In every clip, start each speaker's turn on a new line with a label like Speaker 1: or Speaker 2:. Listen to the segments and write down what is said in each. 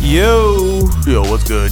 Speaker 1: Yo,
Speaker 2: Yo, what's good?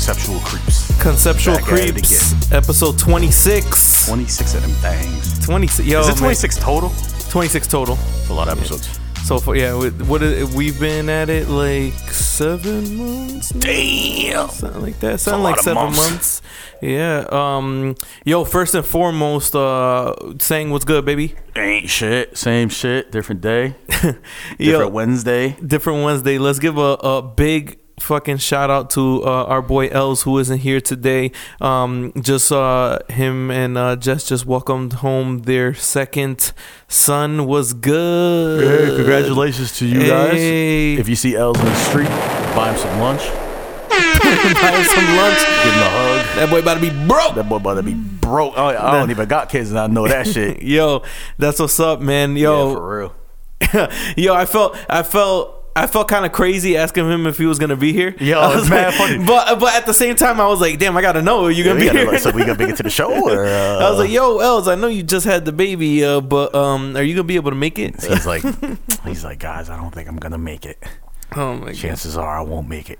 Speaker 2: Sexual creeps.
Speaker 1: Conceptual
Speaker 2: Back at it
Speaker 1: Creeps, episode 26.
Speaker 2: 26 of them bangs.
Speaker 1: 26. Yo,
Speaker 2: Is it
Speaker 1: man.
Speaker 2: 26 total?
Speaker 1: 26 total.
Speaker 2: It's a lot of episodes.
Speaker 1: So far, yeah, we, what is, we've been at it like seven months, now?
Speaker 2: Damn.
Speaker 1: something like that. Something
Speaker 2: a lot
Speaker 1: like
Speaker 2: of
Speaker 1: seven
Speaker 2: months.
Speaker 1: months. Yeah. Um. Yo, first and foremost, uh, saying what's good, baby.
Speaker 2: Ain't shit. Same shit. Different day.
Speaker 1: Yo,
Speaker 2: Different Wednesday.
Speaker 1: different Wednesday. Let's give a, a big fucking shout out to uh, our boy Els who isn't here today. Um, just uh, him and uh, Jess just welcomed home their second son. Was good.
Speaker 2: congratulations to you
Speaker 1: Hey.
Speaker 2: guys. If you see Els in the street, buy him some lunch. Give
Speaker 1: Buy him some lunch.
Speaker 2: him a hug.
Speaker 1: That boy about to be broke.
Speaker 2: That boy about to be broke. Oh, I don't even got kids and I know that shit. Yeah,
Speaker 1: Yo, that's what's up, man. Yo,
Speaker 2: for real.
Speaker 1: yo, I felt, I felt. I felt kind of crazy asking him if he was gonna be here.
Speaker 2: Yo,
Speaker 1: I was
Speaker 2: it's mad
Speaker 1: like-
Speaker 2: funny.
Speaker 1: But but at the same time, I was like, damn, I gotta know. Are you gonna
Speaker 2: We
Speaker 1: be
Speaker 2: gotta,
Speaker 1: here?
Speaker 2: like, so we gonna make it to the show? Or, uh,
Speaker 1: I was like, yo, Els, I know you just had the baby, uh, but um, are you gonna be able to make it?
Speaker 2: uh, he's like, he's like, guys, I don't think I'm gonna make it.
Speaker 1: Oh my god.
Speaker 2: chances are I won't make it.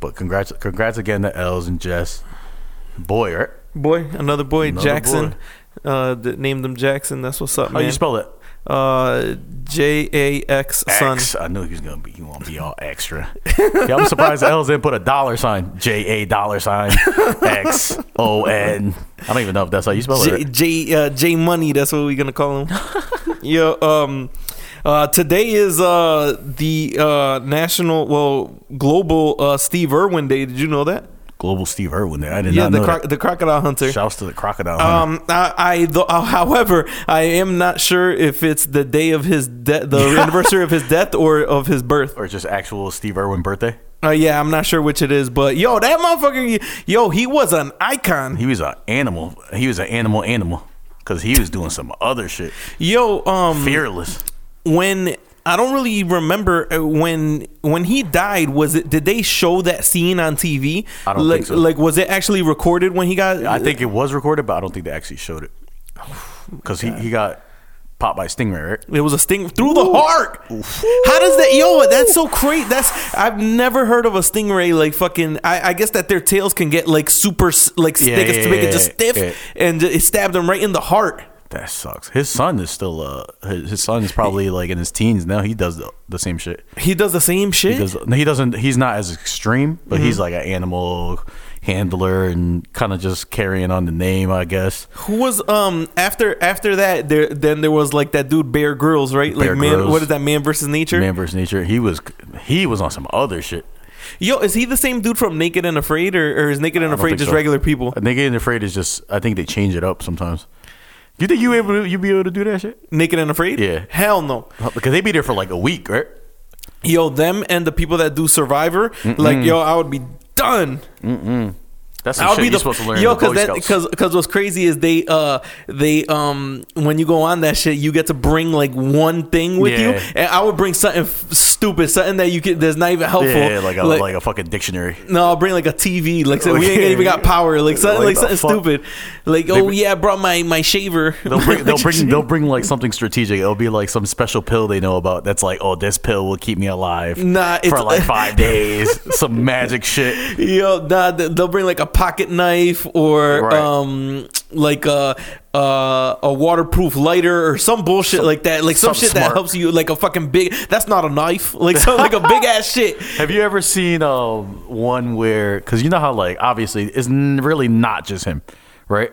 Speaker 2: But congrats, congrats again to Els and Jess. Boy, right?
Speaker 1: Boy, another boy,
Speaker 2: Another
Speaker 1: Jackson. Uh, that named him Jackson. That's what's up,
Speaker 2: How
Speaker 1: man.
Speaker 2: you spell it?
Speaker 1: uh, J A X son.
Speaker 2: X. I knew he was gonna be. He gonna be all extra. yeah, I'm surprised Els didn't put a dollar sign. J A dollar sign X O N. I don't even know if that's how you spell
Speaker 1: J
Speaker 2: it.
Speaker 1: J uh, J Money. That's what we're gonna call him. Yo, um, uh, today is uh the uh national, well, global uh Steve Irwin Day. Did you know that?
Speaker 2: Global Steve Irwin. There, I did
Speaker 1: Yeah,
Speaker 2: not
Speaker 1: the
Speaker 2: know.
Speaker 1: croc-
Speaker 2: that.
Speaker 1: the crocodile hunter.
Speaker 2: Shouts to the crocodile. hunter.
Speaker 1: Um, I, I th- uh, however, I am not sure if it's the day of his death, the anniversary of his death, or of his birth.
Speaker 2: or just actual Steve Irwin birthday.
Speaker 1: Uh, yeah, I'm not sure which it is, but yo, that motherfucker, yo, he was an icon.
Speaker 2: He was an animal. He was an animal animal because he was doing some other shit.
Speaker 1: Yo, um,
Speaker 2: Fearless.
Speaker 1: when I don't really remember uh, when when he died. Was it did they show that scene on TV?
Speaker 2: I don't
Speaker 1: like,
Speaker 2: think so.
Speaker 1: Like, was it actually recorded when he got?
Speaker 2: I think it was recorded, but I don't think they actually showed it because he, he got popped by a stingray, right?
Speaker 1: It was a sting through the heart. How does that, yo? That's so crazy. That's I've never heard of a stingray like fucking. I, I guess that their tails can get like super s- like
Speaker 2: Yeah,
Speaker 1: they can
Speaker 2: yeah,
Speaker 1: make
Speaker 2: yeah,
Speaker 1: it just
Speaker 2: yeah,
Speaker 1: stiff
Speaker 2: yeah.
Speaker 1: and it stabbed him right in the heart.
Speaker 2: That sucks. His son is still uh his, his son is probably like in his teens now. He does the, the same shit.
Speaker 1: He does the same shit.
Speaker 2: He, does, he doesn't. He's not as extreme, but he's like an animal handler and kind of just carrying on the name, I guess.
Speaker 1: Who was um after after that there then there was like that dude Bear Grylls right like
Speaker 2: Bear
Speaker 1: man
Speaker 2: Grylls.
Speaker 1: what is that man versus nature
Speaker 2: Man versus nature. He was he was on some other shit.
Speaker 1: yo is he the same dude from Naked and Afraid or, or is Naked and
Speaker 2: I don't
Speaker 1: Afraid
Speaker 2: think
Speaker 1: just
Speaker 2: so.
Speaker 1: regular people
Speaker 2: I think getting afraid is just. I think they change it up sometimes. You think you able to, you be able to do that shit?
Speaker 1: Naked and Afraid
Speaker 2: Yeah.
Speaker 1: hell no
Speaker 2: Because they be there for like a week, right?
Speaker 1: yo them and the people that do survivor like yo i would be done
Speaker 2: That's
Speaker 1: i
Speaker 2: some
Speaker 1: would
Speaker 2: shit
Speaker 1: be
Speaker 2: you're
Speaker 1: the
Speaker 2: supposed to learn.
Speaker 1: yo
Speaker 2: in the Boy
Speaker 1: because
Speaker 2: Scouts.
Speaker 1: because because what's crazy is they uh they um when you go on that shit you get to bring like one thing with you
Speaker 2: Yeah.
Speaker 1: and i would bring something f- stupid something that you can that's not even helpful
Speaker 2: Yeah, like a like, a fucking dictionary.
Speaker 1: no, I'll bring like a TV. Like so we ain't
Speaker 2: Okay.
Speaker 1: even got power. Like something
Speaker 2: Like
Speaker 1: like,
Speaker 2: the
Speaker 1: something
Speaker 2: fuck?
Speaker 1: stupid. Like oh yeah, I brought my my shaver.
Speaker 2: They'll bring they'll bring they'll bring like something strategic. It'll be like some special pill they know about. That's like, oh, this pill will keep me alive
Speaker 1: Nah,
Speaker 2: for
Speaker 1: it's-
Speaker 2: like five days. some magic shit.
Speaker 1: Yo, nah, th- they'll bring like a pocket knife or
Speaker 2: Right.
Speaker 1: um like a uh, a waterproof lighter or some bullshit like that. Like some
Speaker 2: something
Speaker 1: shit that
Speaker 2: smart.
Speaker 1: helps you like a fucking big. That's not a knife. Like some like a big ass shit.
Speaker 2: Have you ever seen um one where? Because you know how like obviously it's n- really not just him, right?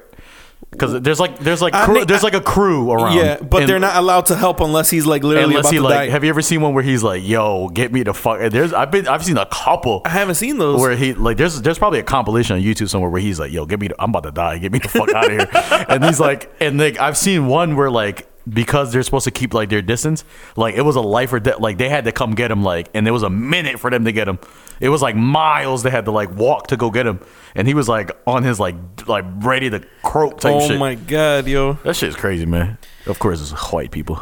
Speaker 2: Because there's like there's like
Speaker 1: I
Speaker 2: crew,
Speaker 1: think-
Speaker 2: there's like a crew around.
Speaker 1: Yeah, but
Speaker 2: And-
Speaker 1: they're not allowed to help unless he's like literally
Speaker 2: Unless
Speaker 1: about
Speaker 2: he
Speaker 1: to
Speaker 2: like,
Speaker 1: die.
Speaker 2: have you ever seen one where he's like, "Yo, get me the fuck"? and There's, I've been, I've seen a couple.
Speaker 1: I haven't seen those.
Speaker 2: where he like there's there's probably a compilation on YouTube somewhere where he's like, "Yo, get me, the, I'm about to die, get me the fuck out of here," and he's like, and like I've seen one where like because they're supposed to keep like their distance, like it was a life or death, like they had to come get him, like, and it was a minute for them to get him. It was like miles they had to like walk to go get him, and he was like on his like d- like ready to croak type
Speaker 1: oh
Speaker 2: shit.
Speaker 1: my god, yo,
Speaker 2: That shit's crazy, man. Of course, it's white people.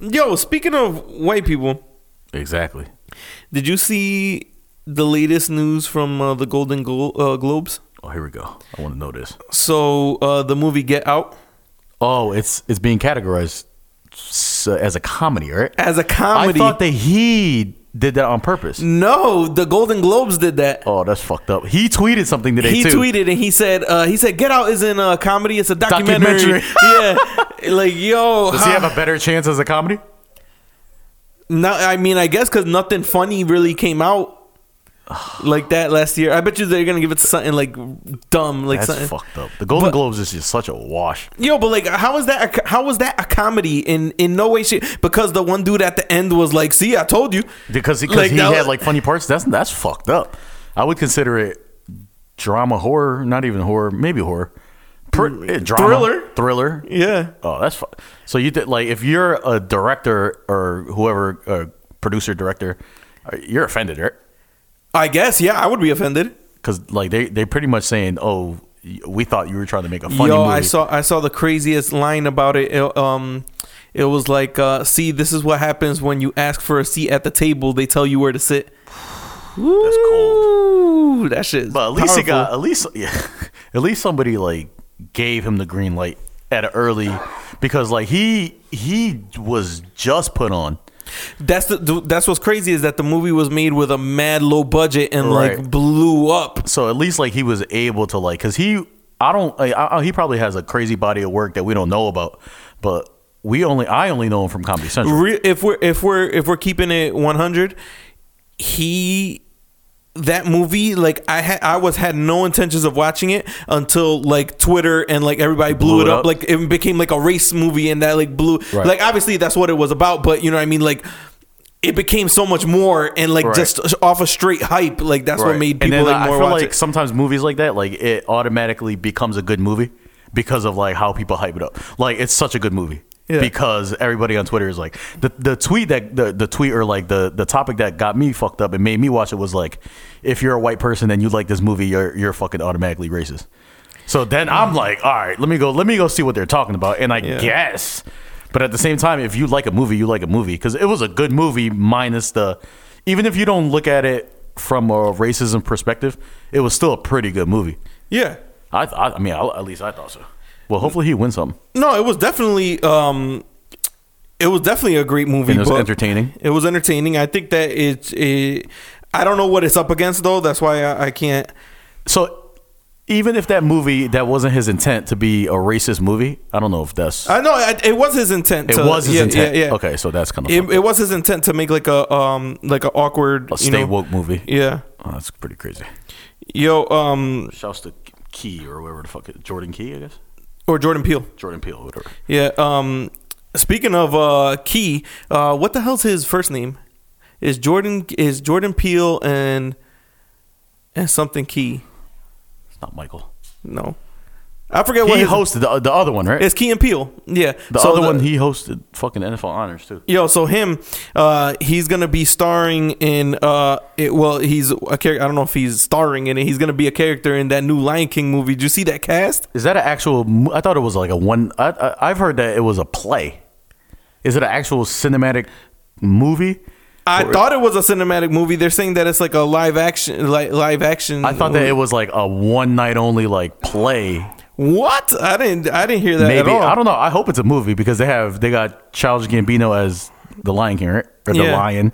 Speaker 1: yo. Speaking of white people,
Speaker 2: exactly.
Speaker 1: did you see the latest news from uh, the Golden Glo- uh, Globes?
Speaker 2: Oh, here we go. I want to know this.
Speaker 1: So uh, the movie Get Out
Speaker 2: Oh, it's it's being categorized s- as a comedy, right?
Speaker 1: as a comedy.
Speaker 2: I thought that he did that on purpose.
Speaker 1: No, the Golden Globes did that.
Speaker 2: Oh, that's fucked up. He tweeted something today
Speaker 1: he
Speaker 2: too.
Speaker 1: tweeted and he said, uh, he said, Get Out isn't a comedy, it's a documentary.
Speaker 2: Documentary.
Speaker 1: yeah. Like, yo.
Speaker 2: Does he have a better chance as a comedy?
Speaker 1: No, I mean, I guess because nothing funny really came out like that last year. I bet you they're gonna give it to something like dumb, like
Speaker 2: That's
Speaker 1: something.
Speaker 2: fucked up. The Golden Globes is just such a wash.
Speaker 1: Yo, but like, how was that? A, how was that a comedy? In in no way, shit. Because the one dude at the end was like, "See, I told you."
Speaker 2: because because
Speaker 1: Like,
Speaker 2: he
Speaker 1: that
Speaker 2: had
Speaker 1: was-
Speaker 2: like funny parts. That's that's fucked up. I would consider it drama, horror, not even horror, maybe horror, Pr- eh, drama,
Speaker 1: Mm, Thriller.
Speaker 2: thriller.
Speaker 1: Yeah.
Speaker 2: Oh, that's fu- so you did like if you're a director or whoever, uh, producer, director, uh, you're offended, right?
Speaker 1: I guess. Yeah, I would be offended.
Speaker 2: Because like they they pretty much saying, oh, y- we thought you were trying to make a funny
Speaker 1: Yo,
Speaker 2: movie.
Speaker 1: I saw I saw the craziest line about it. It, um, it was like, uh, "See, this is what happens when you ask for a seat at the table. They tell you where to sit."
Speaker 2: that's cold.
Speaker 1: Ooh, that shit. Is
Speaker 2: But at least he
Speaker 1: powerful.
Speaker 2: got at least yeah, at least somebody like gave him the green light at an early because like he he was just put on.
Speaker 1: That's the, th- that's what's crazy is that the movie was made with a mad low budget and
Speaker 2: Right.
Speaker 1: like blew up.
Speaker 2: So at least like he was able to like cuz he I don't I, I, he probably has a crazy body of work that we don't know about, but we only I only know him from Comedy Central.
Speaker 1: Re- if we're if we're if we're keeping it 100, he that movie like I had I was had no intentions of watching it until like Twitter and like everybody blew, it up. like it became like a race movie and that like blew
Speaker 2: Right.
Speaker 1: like obviously that's what it was about but you know what I mean like it became so much more and like
Speaker 2: Right.
Speaker 1: just off a straight hype like that's what made
Speaker 2: and
Speaker 1: people
Speaker 2: then
Speaker 1: like
Speaker 2: I-
Speaker 1: more
Speaker 2: I feel
Speaker 1: watch
Speaker 2: like
Speaker 1: it.
Speaker 2: sometimes movies like that like it automatically becomes a good movie because of like how people hype it up. Like it's such a good movie.
Speaker 1: Yeah.
Speaker 2: Because everybody on Twitter is like the, the tweet that the, the tweet or like the, the topic that got me fucked up and made me watch it was like if you're a white person and you like this movie you're you're fucking automatically racist. So then I'm like, all right, let me go let me go see what they're talking about and I
Speaker 1: Yeah.
Speaker 2: guess. But at the same time, if you like a movie, you like a movie because it was a good movie minus the even if you don't look at it from a racism perspective, it was still a pretty good movie.
Speaker 1: Yeah.
Speaker 2: I th- I, I mean, I, at least I thought so. Well, hopefully he wins something.
Speaker 1: No, it was definitely um it was definitely a great movie.
Speaker 2: And it was
Speaker 1: but
Speaker 2: entertaining.
Speaker 1: It was entertaining. I think that it's it, I don't know what it's up against though. That's why I, I can't.
Speaker 2: So even if that movie that wasn't his intent to be a racist movie, I don't know if that's
Speaker 1: I know I, it was his intent.
Speaker 2: it
Speaker 1: to-
Speaker 2: was his
Speaker 1: Uh, yeah,
Speaker 2: intent.
Speaker 1: Yeah, yeah.
Speaker 2: Okay, so that's kind of
Speaker 1: It, it was his intent to make like a um like an awkward
Speaker 2: a
Speaker 1: you
Speaker 2: stay
Speaker 1: know,
Speaker 2: woke movie.
Speaker 1: Yeah.
Speaker 2: Oh, that's pretty crazy.
Speaker 1: Yo um
Speaker 2: Shouts to Key or whoever the fuck it, Jordan Key, I guess.
Speaker 1: or Jordan Peele.
Speaker 2: Jordan Peele, whatever.
Speaker 1: Yeah. Um. Speaking of uh, Key, uh, what the hell's his first name? Is Jordan is Jordan Peele and and something Key?
Speaker 2: It's not Michael.
Speaker 1: No, I forget what
Speaker 2: He
Speaker 1: his
Speaker 2: hosted the, the other one, right?
Speaker 1: It's Key and Peele. Yeah.
Speaker 2: the
Speaker 1: So
Speaker 2: other one he hosted fucking NFL honors too.
Speaker 1: Yo, so him, uh, he's gonna be starring in. Uh, it, well, he's a character. I don't know if he's starring in it. He's gonna be a character in that new Lion King movie. Did you see that cast?
Speaker 2: Is that an actual? mo- I thought it was like a one. I, I, I've heard that it was a play. Is it an actual cinematic movie?
Speaker 1: I thought it was a cinematic movie. They're saying that it's like a live action, like live action.
Speaker 2: I thought that it was like a one night only like play.
Speaker 1: What? I didn't. I didn't hear that
Speaker 2: Maybe
Speaker 1: at all.
Speaker 2: I don't know. I hope it's a movie because they have they got Childish Gambino as the Lion King right? or the
Speaker 1: Yeah.
Speaker 2: Lion,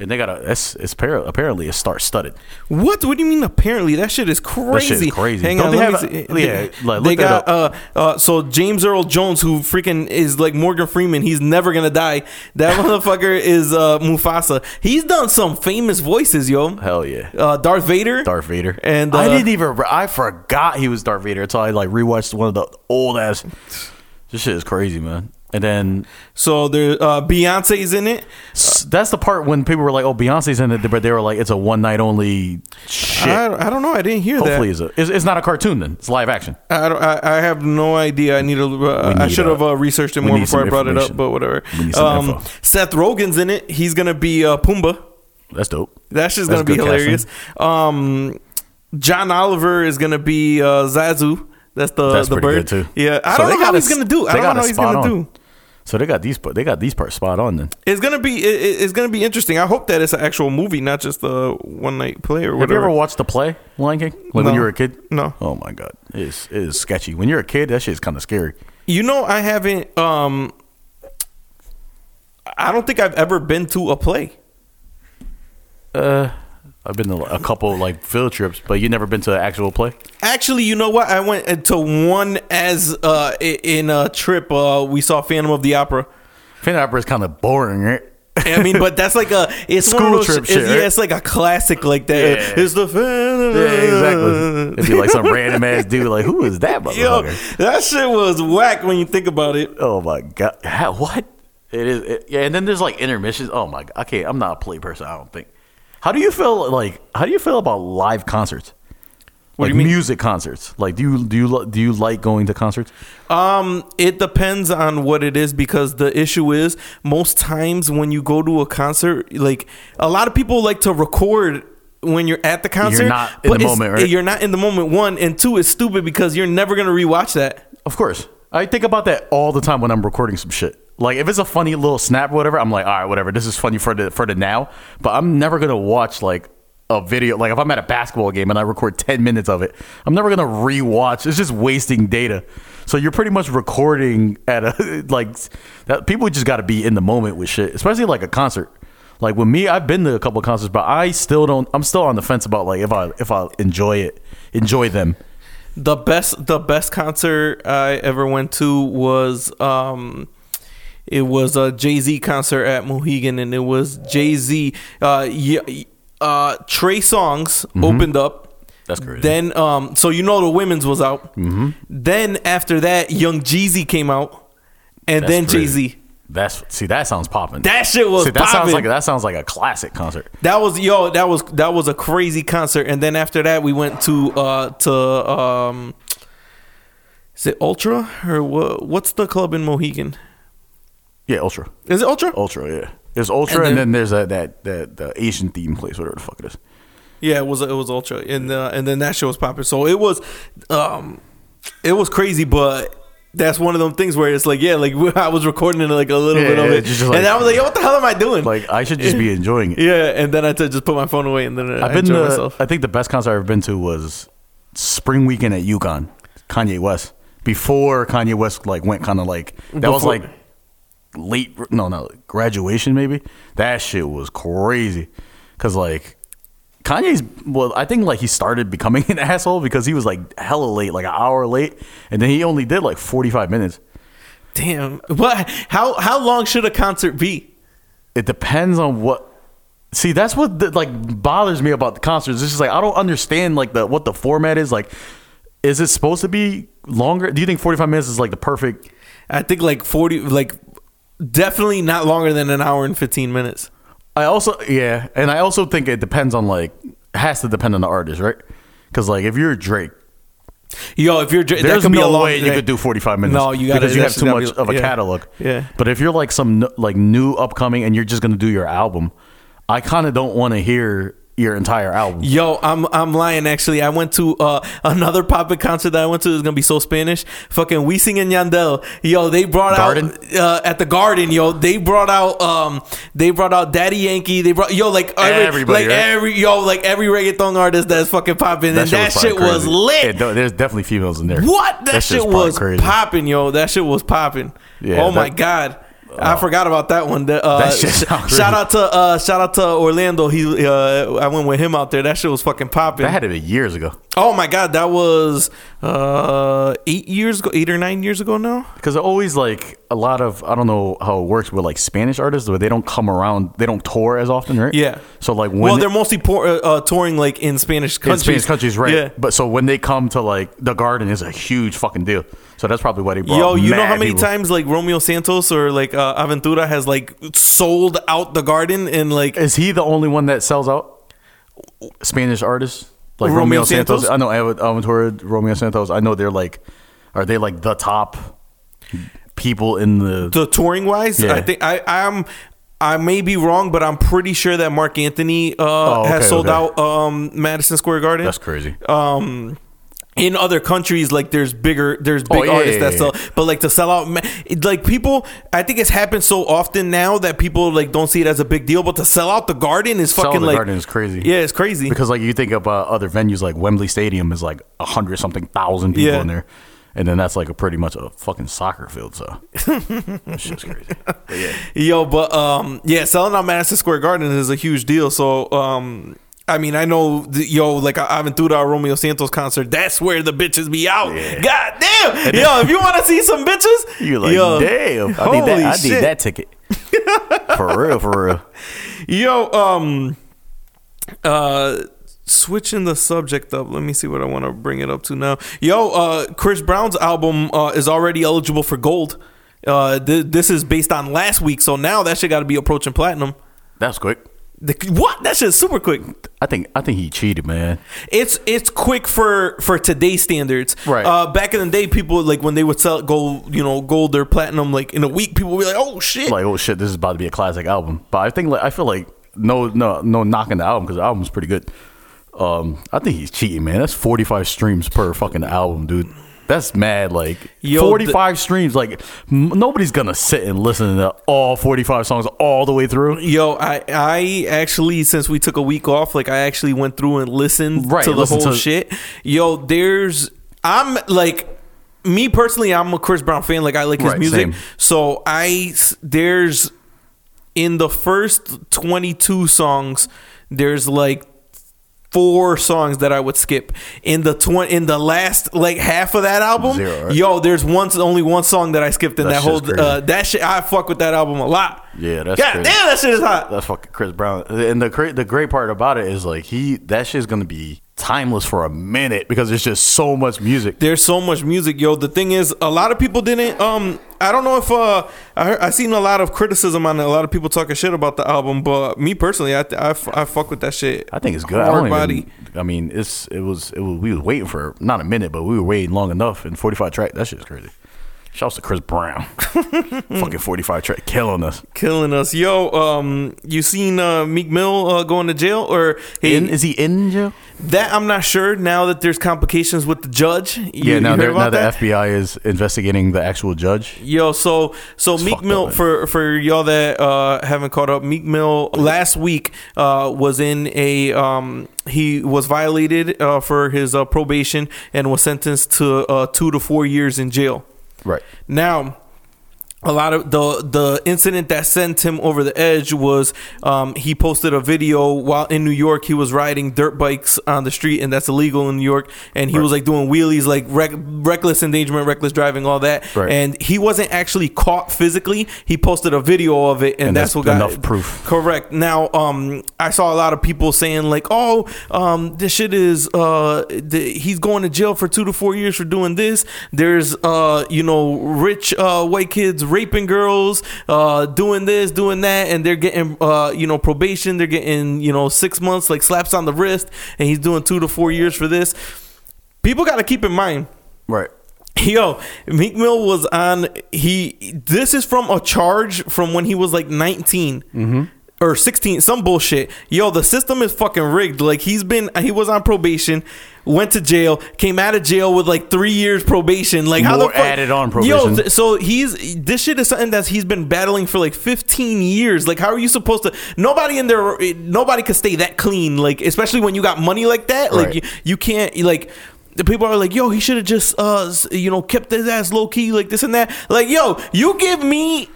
Speaker 2: and they got a it's, it's para- apparently it's star studded.
Speaker 1: What? What do you mean? Apparently, that shit is crazy.
Speaker 2: shit is crazy.
Speaker 1: Hang
Speaker 2: Don't
Speaker 1: on,
Speaker 2: they
Speaker 1: let
Speaker 2: have
Speaker 1: me
Speaker 2: a- oh,
Speaker 1: see.
Speaker 2: yeah, like, look
Speaker 1: they
Speaker 2: that
Speaker 1: got uh uh. So James Earl Jones, who freaking is like Morgan Freeman, he's never gonna die. That motherfucker is uh Mufasa. He's done some famous voices, yo.
Speaker 2: Hell yeah.
Speaker 1: Uh, Darth Vader.
Speaker 2: Darth Vader.
Speaker 1: And,
Speaker 2: I
Speaker 1: uh,
Speaker 2: didn't even. I forgot he was Darth Vader until I like rewatched one of the old ass. This shit is crazy, man. And then
Speaker 1: So there, uh, Beyonce's in it.
Speaker 2: s- that's the part when people were like, "Oh, Beyonce's in it," but they were like, "It's a one night only shit."
Speaker 1: I, I don't know. I didn't hear
Speaker 2: Hopefully,
Speaker 1: that.
Speaker 2: it's, a, it's it's not a cartoon. Then it's live action.
Speaker 1: I, don't, I I have no idea. I need to. Uh, I
Speaker 2: need,
Speaker 1: should have
Speaker 2: uh,
Speaker 1: uh, researched it
Speaker 2: we
Speaker 1: more
Speaker 2: need
Speaker 1: before
Speaker 2: some
Speaker 1: I brought it up,
Speaker 2: information.
Speaker 1: but whatever.
Speaker 2: We need some
Speaker 1: Um,
Speaker 2: info.
Speaker 1: Seth Rogen's in it. He's gonna be uh, Pumbaa.
Speaker 2: That's dope.
Speaker 1: That's just
Speaker 2: That's
Speaker 1: gonna be
Speaker 2: good
Speaker 1: hilarious. Um, John Oliver is gonna be uh, Zazu. That's the
Speaker 2: That's
Speaker 1: the
Speaker 2: pretty
Speaker 1: bird.
Speaker 2: good, too.
Speaker 1: Yeah, I
Speaker 2: So
Speaker 1: don't
Speaker 2: they
Speaker 1: know how
Speaker 2: got
Speaker 1: he's
Speaker 2: a-
Speaker 1: gonna do. I
Speaker 2: they
Speaker 1: don't
Speaker 2: got
Speaker 1: know
Speaker 2: a
Speaker 1: how he's
Speaker 2: spot
Speaker 1: gonna
Speaker 2: on.
Speaker 1: do.
Speaker 2: So they got these. par- They got these parts spot on. Then
Speaker 1: It's gonna be it- it, it's gonna be interesting. I hope that it's an actual movie, not just a one night play or
Speaker 2: have you
Speaker 1: whatever.
Speaker 2: ever watched the play Lion King? Like
Speaker 1: No.
Speaker 2: when you were a kid?
Speaker 1: No.
Speaker 2: Oh my god, it's it's sketchy. When you're a kid, that shit's kind of scary.
Speaker 1: you know, I haven't. Um, I don't think I've ever been to a play.
Speaker 2: Uh, I've been to a couple like field trips, but you never been to an actual play.
Speaker 1: Actually, you know what? I went to one as uh, i- in a trip. Uh, we saw Phantom of the Opera.
Speaker 2: Fan opera is kind of boring, right?
Speaker 1: I mean, but that's like a it's one of
Speaker 2: School
Speaker 1: those-
Speaker 2: trip
Speaker 1: it's-
Speaker 2: shit, right?
Speaker 1: Yeah, it's like a classic like that.
Speaker 2: Yeah.
Speaker 1: It's the Phantom.
Speaker 2: Yeah, exactly. It'd be like some random ass dude, like who is that
Speaker 1: Yo,
Speaker 2: motherfucker?
Speaker 1: that shit was whack when you think about it.
Speaker 2: Oh my god, How- what? It is, it, yeah. And then there's like intermissions. Oh my god, okay, I'm not a play person. I don't think. How do you feel like? How do you feel about live concerts?
Speaker 1: What do
Speaker 2: like
Speaker 1: you mean?
Speaker 2: music concerts? Like, do you do you lo- do you like going to concerts?
Speaker 1: Um, it depends on what it is because the issue is most times when you go to a concert, like a lot of people like to record when you're at the concert.
Speaker 2: not in the
Speaker 1: it's-
Speaker 2: moment, right?
Speaker 1: You're not in the moment. One and two is stupid because you're never gonna rewatch that.
Speaker 2: Of course. I think about that all the time when I'm recording some shit. Like if it's a funny little snap or whatever, I'm like, all right, whatever. This is funny for the for the now. But I'm never gonna watch like a video. Like if I'm at a basketball game and I record 10 minutes of it, I'm never gonna rewatch. It's just wasting data. So you're pretty much recording at a like that, people just got to be in the moment with shit, especially like a concert. Like with me, I've been to a couple of concerts, but I still don't. I'm still on the fence about like if I if I enjoy it, enjoy them.
Speaker 1: The best the best concert I ever went to was um it was a Jay-Z concert at Mohegan and it was Jay-Z uh yeah, uh Trey Songs opened up.
Speaker 2: Mm-hmm. That's crazy.
Speaker 1: Then um so you know the women's was out. Mm-hmm. Then after that Young Jeezy came out and
Speaker 2: That's
Speaker 1: then
Speaker 2: crazy.
Speaker 1: Jay-Z.
Speaker 2: That's see, that sounds popping.
Speaker 1: That shit was
Speaker 2: See, that sounds
Speaker 1: poppin'.
Speaker 2: like that sounds like a classic concert.
Speaker 1: That was yo. That was that was a crazy concert. And then after that, we went to uh to um. Is it Ultra or what? What's the club in Mohegan?
Speaker 2: Yeah, Ultra,
Speaker 1: Is it Ultra?
Speaker 2: Ultra, yeah. There's Ultra,
Speaker 1: And
Speaker 2: and then,
Speaker 1: then-
Speaker 2: there's that that that the Asian theme place, whatever the fuck it is.
Speaker 1: Yeah, it was it was Ultra, and uh, and then that show was popular. So it was, um, it was crazy, but. That's one of them things where it's like, yeah, like I was recording it like a little
Speaker 2: Yeah,
Speaker 1: bit of
Speaker 2: yeah,
Speaker 1: it,
Speaker 2: just- just like-
Speaker 1: and I was like, yo, what the hell am I doing?
Speaker 2: Like I should just be enjoying it.
Speaker 1: yeah, and then I had to just put my phone away, and then I
Speaker 2: I've been
Speaker 1: enjoyed
Speaker 2: to,
Speaker 1: myself.
Speaker 2: I think the best concert I've ever been to was Spring Weekend at Yukon, Kanye West. Before Kanye West like went kind of like that was
Speaker 1: Before-
Speaker 2: like late no no graduation maybe that shit was crazy because like Kanye's well I think like he started becoming an asshole because he was like hella late like an hour late and then he only did like forty five minutes.
Speaker 1: Damn, what? How how long should a concert be?
Speaker 2: it depends on what see that's what the, like bothers me about the concerts it's just like i don't understand like the what the format is like is it supposed to be longer do you think 45 minutes is like the perfect
Speaker 1: I think like 40, like definitely not longer than an hour and 15 minutes.
Speaker 2: i also yeah and i also think it depends on like has to depend on the artist right because like if you're drake
Speaker 1: Yo, if you're, Dra-
Speaker 2: there's
Speaker 1: that could
Speaker 2: no
Speaker 1: be a long,
Speaker 2: way you could do 45 minutes
Speaker 1: No, you gotta-
Speaker 2: because you
Speaker 1: that
Speaker 2: have
Speaker 1: should
Speaker 2: too
Speaker 1: not be-
Speaker 2: much of a
Speaker 1: yeah.
Speaker 2: catalog
Speaker 1: Yeah.
Speaker 2: but if you're like some n- like new upcoming and you're just gonna do your album i kind of don't want to hear your entire album
Speaker 1: Yo, I'm I'm lying. Actually, I went to uh, another poppin' concert that I went to. It's gonna be so Spanish. Fucking Weezing and Yandel. Yo, they brought
Speaker 2: Garden?
Speaker 1: out uh, at the Garden. Yo, they brought out um, they brought out Daddy Yankee. They brought yo like every,
Speaker 2: Everybody,
Speaker 1: like
Speaker 2: right?
Speaker 1: every yo like every reggaeton artist that's fucking poppin', and that
Speaker 2: probably
Speaker 1: shit was
Speaker 2: crazy.
Speaker 1: lit.
Speaker 2: Yeah, no, there's definitely females in there.
Speaker 1: What? That,
Speaker 2: shit's
Speaker 1: shit
Speaker 2: probably
Speaker 1: was popping, yo. That shit was popping.
Speaker 2: Yeah,
Speaker 1: oh
Speaker 2: that- Oh.
Speaker 1: my god. I forgot about that one. That, uh,
Speaker 2: That shit
Speaker 1: sh-
Speaker 2: sounds crazy.
Speaker 1: shout out to uh, shout out to Orlando. He uh, I went with him out there. That shit was fucking popping.
Speaker 2: That had to be years ago.
Speaker 1: oh my god, that was uh, eight years ago, eight or nine years ago now.
Speaker 2: Because always like a lot of I don't know how it works with like Spanish artists, but they don't come around, they don't tour as often, right?
Speaker 1: Yeah.
Speaker 2: So like when
Speaker 1: well, they're mostly por- uh, uh, touring like in Spanish
Speaker 2: in
Speaker 1: countries.
Speaker 2: Spanish countries, right?
Speaker 1: Yeah.
Speaker 2: But so when they come to like the Garden is a huge fucking deal. So that's probably why they brought.
Speaker 1: Yo, you know
Speaker 2: mad
Speaker 1: how many
Speaker 2: people.
Speaker 1: times like Romeo Santos or like uh, Aventura has like sold out the garden and like
Speaker 2: is he the only one that sells out? Spanish artists like Romeo,
Speaker 1: Romeo
Speaker 2: Santos?
Speaker 1: Santos?
Speaker 2: I know Ava- Aventura, Romeo Santos. I know they're like, are they like the top people in the
Speaker 1: the touring wise,
Speaker 2: Yeah.
Speaker 1: I think I I'm I may be wrong, but I'm pretty sure that Mark Anthony uh,
Speaker 2: Oh, okay,
Speaker 1: has sold
Speaker 2: okay.
Speaker 1: out um, Madison Square Garden.
Speaker 2: That's crazy.
Speaker 1: um, in other countries, like there's bigger, there's big
Speaker 2: Oh, yeah,
Speaker 1: artists
Speaker 2: yeah,
Speaker 1: that
Speaker 2: yeah.
Speaker 1: sell, but like to sell out, ma- it- like people, I think it's happened so often now that people like don't see it as a big deal. But to sell out the Garden is
Speaker 2: Selling
Speaker 1: fucking
Speaker 2: the
Speaker 1: like
Speaker 2: garden is crazy.
Speaker 1: yeah, it's crazy.
Speaker 2: because like you think about other venues like Wembley Stadium is like a hundred something thousand people
Speaker 1: Yeah.
Speaker 2: in there, And then that's like a pretty much a fucking soccer field. So that's just crazy. But yeah,
Speaker 1: Yo, but um, yeah, selling out Madison Square Garden is a huge deal. So um, I mean, I know, th- yo, like I, I went through that Romeo Santos concert. That's where the bitches be out.
Speaker 2: Yeah.
Speaker 1: God damn, yo, if you want to see some bitches,
Speaker 2: you like
Speaker 1: yo,
Speaker 2: damn. I need
Speaker 1: holy
Speaker 2: that. I need
Speaker 1: shit.
Speaker 2: that ticket. for real, for real.
Speaker 1: Yo, um, uh, switching the subject up. Let me see what I want to bring it up to now. Yo, uh, Chris Brown's album uh, is already eligible for gold. Uh, th- this is based on last week, so now that shit got to be approaching platinum.
Speaker 2: That was quick.
Speaker 1: The, what? That shit's super quick.
Speaker 2: I think I think he cheated, man.
Speaker 1: It's it's quick for for today's standards.
Speaker 2: Right.
Speaker 1: Uh, back in the day, people like when they would sell gold, you know, gold or platinum, like in a week, people would be like, "Oh shit!"
Speaker 2: Like, oh shit, this is about to be a classic album. But I think like I feel like no no no knocking the album because the album's pretty good. Um, I think he's cheating, man. That's forty five streams per fucking album, dude. That's mad. Like
Speaker 1: Yo,
Speaker 2: forty five streams. Like m- nobody's gonna sit and listen to all forty five songs all the way through.
Speaker 1: Yo, I I actually since we took a week off, like I actually went through and listened
Speaker 2: Right,
Speaker 1: to the
Speaker 2: listen
Speaker 1: whole
Speaker 2: to-
Speaker 1: shit. Yo, there's I'm like me personally, I'm a Chris Brown fan. Like I like his
Speaker 2: Right,
Speaker 1: music,
Speaker 2: same.
Speaker 1: so I there's in the first 22 songs, there's like four songs that I would skip in the tw- in the last like half of that album.
Speaker 2: Zero, right?
Speaker 1: Yo, there's one only one song that I skipped in
Speaker 2: That
Speaker 1: that,
Speaker 2: shit's
Speaker 1: whole
Speaker 2: crazy.
Speaker 1: uh, that shit. I fuck with that album a lot.
Speaker 2: Yeah, that's
Speaker 1: God
Speaker 2: crazy.
Speaker 1: damn, that shit is hot.
Speaker 2: That's fucking Chris Brown. And the cra- the great part about it is like he that shit's gonna be timeless for a minute because there's just so much music.
Speaker 1: there's so much music yo the thing is a lot of people didn't um i don't know if uh i heard, i seen a lot of criticism on it, a lot of people talking shit about the album but me personally i i, I fuck with that shit
Speaker 2: I think it's good. I,
Speaker 1: Hard
Speaker 2: don't
Speaker 1: body.
Speaker 2: Even, I mean, it's it was it was, we was waiting for not a minute, but we were waiting long enough. And forty five track, that shit's crazy. Shouts to Chris Brown, fucking forty five track, killing us.
Speaker 1: killing us yo um you seen uh meek mill uh, going to jail or he,
Speaker 2: In, is he in jail?
Speaker 1: that i'm not sure now that there's complications with the judge You-
Speaker 2: Yeah, now,
Speaker 1: you
Speaker 2: they're-
Speaker 1: heard
Speaker 2: now
Speaker 1: about
Speaker 2: the
Speaker 1: that?
Speaker 2: FBI is investigating the actual judge.
Speaker 1: Yo, so so Meek
Speaker 2: fucked
Speaker 1: Mill
Speaker 2: up, man.
Speaker 1: for for y'all that uh haven't caught up, Meek Mill last week uh was in a um he was violated uh for his uh, probation and was sentenced to uh 2 to 4 years in jail.
Speaker 2: Right.
Speaker 1: Now, a lot of the the incident that sent him over the edge was um, he posted a video while in New York. He was riding dirt bikes on the street, and that's illegal in New York. And he was like doing wheelies, like rec- reckless endangerment, reckless driving, all that.
Speaker 2: Right.
Speaker 1: And he wasn't actually caught physically. He posted a video of it, and,
Speaker 2: And
Speaker 1: that's,
Speaker 2: that's
Speaker 1: what got
Speaker 2: enough proof.
Speaker 1: Correct. Now, um, I saw a lot of people saying like, "Oh, um, this shit is uh, th- he's going to jail for two to four years for doing this." There's uh, you know, rich uh, white kids raping girls, uh, doing this, doing that, and they're getting uh, you know, probation. They're getting you know, six months like slaps on the wrist, and he's doing two to four years for this. People got to keep in mind.
Speaker 2: Right.
Speaker 1: Yo, Meek Mill was on. He this is from a charge from when he was like 19
Speaker 2: Mm-hmm.
Speaker 1: or sixteen, some bullshit. Yo, the system is fucking rigged. Like he's been, he was on probation, went to jail, came out of jail with like three years probation. Like how the
Speaker 2: More
Speaker 1: fuck
Speaker 2: added on
Speaker 1: Yo,
Speaker 2: probation.
Speaker 1: th- so he's this shit is something that he's been battling for like fifteen years. Like how are you supposed to? Nobody in there, nobody could stay that clean. Like especially when you got money like that. Like
Speaker 2: Right.
Speaker 1: you, you can't like the people are like, yo, he should have just uh s- you know kept his ass low key like this and that. Like yo, you give me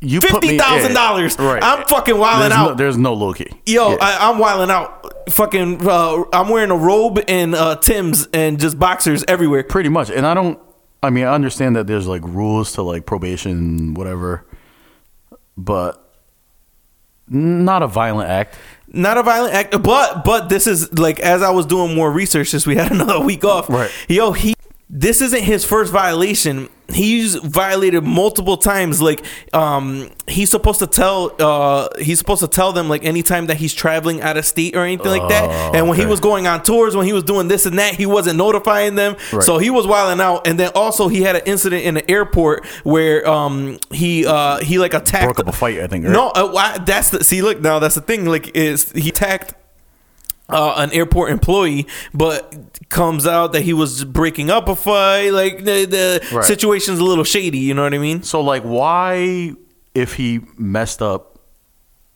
Speaker 2: You put me-
Speaker 1: fifty thousand dollars,
Speaker 2: yeah, Right.
Speaker 1: I'm fucking wilding
Speaker 2: there's
Speaker 1: out.
Speaker 2: No, there's no low key.
Speaker 1: Yo,
Speaker 2: Yeah.
Speaker 1: I, I'm wilding out. Fucking, uh, I'm wearing a robe and uh, Tim's and just boxers everywhere.
Speaker 2: pretty much and i don't i mean i understand that there's like rules to like probation whatever but not a violent act
Speaker 1: Not a violent act, but but this is like as I was doing more research since we had another week off.
Speaker 2: Right.
Speaker 1: Yo, he this isn't his first violation. He's violated multiple times. Like, um, he's supposed to tell uh he's supposed to tell them like anytime that he's traveling out of state or anything like that.
Speaker 2: Oh,
Speaker 1: And when he
Speaker 2: okay.
Speaker 1: was going on tours, when he was doing this and that, he wasn't notifying them.
Speaker 2: Right.
Speaker 1: So he was wilding out. And then also he had an incident in the airport where um he uh he like attacked
Speaker 2: broke up a fight i think right?
Speaker 1: no, uh, why, that's the see. Look, now that's the thing. Like, is he attacked uh, an airport employee, but comes out that he was breaking up a fight. Like the, the
Speaker 2: Right.
Speaker 1: situation's a little shady. You know what I mean?
Speaker 2: so like why if he messed up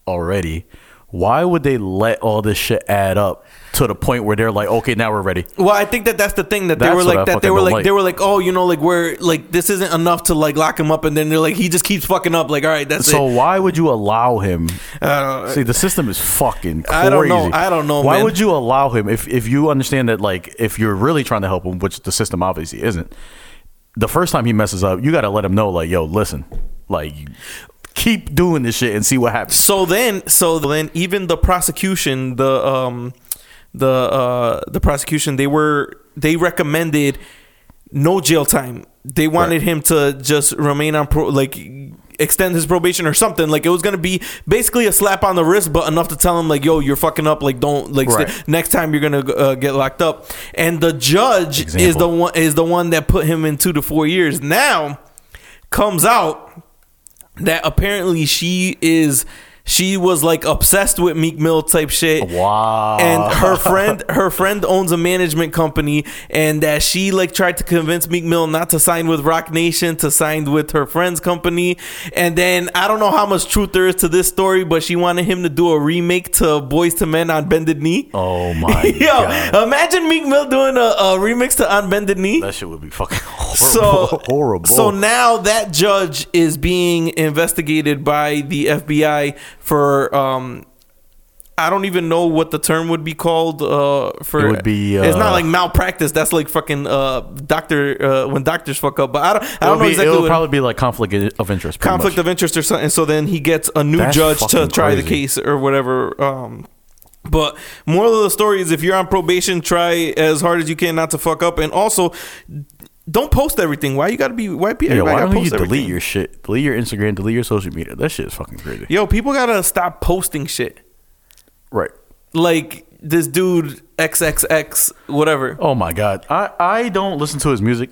Speaker 2: already why would they let all this shit add up to the point where they're like, okay, now we're ready?
Speaker 1: Well, I think that that's the thing that they
Speaker 2: That's
Speaker 1: were
Speaker 2: what I
Speaker 1: like that they
Speaker 2: fucking
Speaker 1: were
Speaker 2: don't
Speaker 1: like,
Speaker 2: like.
Speaker 1: they were like oh you know like we're like this isn't enough to like lock him up and then they're like he just keeps fucking up like all right that's
Speaker 2: So
Speaker 1: it.
Speaker 2: why would you allow him?
Speaker 1: Uh,
Speaker 2: See, the system is fucking crazy.
Speaker 1: I don't know. I don't know,
Speaker 2: Why
Speaker 1: man.
Speaker 2: would you allow him if if you understand that like if you're really trying to help him, which the system obviously isn't. The first time he messes up, you got to let him know like, yo, listen, like keep doing this shit and see what happens.
Speaker 1: so then so then even the prosecution the um the uh the prosecution they were they recommended no jail time they wanted
Speaker 2: Right.
Speaker 1: him to just remain on pro like extend his probation or something like it was gonna be basically a slap on the wrist but enough to tell him like yo you're fucking up like don't like stay-
Speaker 2: Right.
Speaker 1: next time you're gonna uh, get locked up and the judge is
Speaker 2: Example.
Speaker 1: the one is the one that put him in two to four years now comes out that apparently she is she was like obsessed with Meek Mill type shit.
Speaker 2: Wow.
Speaker 1: And her friend her friend owns a management company and that she like tried to convince Meek Mill not to sign with Rock Nation to sign with her friend's company. And then I don't know how much truth there is to this story, but she wanted him to do a remake to Boys to Men on Bended Knee.
Speaker 2: Oh my
Speaker 1: Yo,
Speaker 2: god.
Speaker 1: imagine Meek Mill doing a, a remix to On Bended Knee.
Speaker 2: That shit would be fucking horrible.
Speaker 1: So
Speaker 2: horrible.
Speaker 1: So now that judge is being investigated by the FBI for um, I don't even know what the term would be called uh for.
Speaker 2: It would be,
Speaker 1: it's not
Speaker 2: uh,
Speaker 1: like malpractice. That's like fucking uh doctor uh, when doctors fuck up. But I don't I
Speaker 2: It
Speaker 1: don't
Speaker 2: would
Speaker 1: know
Speaker 2: be-
Speaker 1: exactly
Speaker 2: It
Speaker 1: what
Speaker 2: would probably be like conflict of interest. pretty
Speaker 1: conflict
Speaker 2: much.
Speaker 1: of interest or something. So then he gets a new
Speaker 2: That's
Speaker 1: judge to
Speaker 2: fucking
Speaker 1: try the
Speaker 2: crazy.
Speaker 1: case or whatever. Um, but moral of the story is if you're on probation, try as hard as you can not to fuck up, and also don't post everything. Why you gotta be? Why people?
Speaker 2: Yeah, why
Speaker 1: gotta
Speaker 2: don't you
Speaker 1: post
Speaker 2: delete
Speaker 1: everything?
Speaker 2: your shit? Delete your Instagram, delete your social media. That shit is fucking crazy.
Speaker 1: Yo, people gotta stop posting shit.
Speaker 2: Right.
Speaker 1: Like this dude XXX whatever.
Speaker 2: Oh my god. I I don't listen to his music,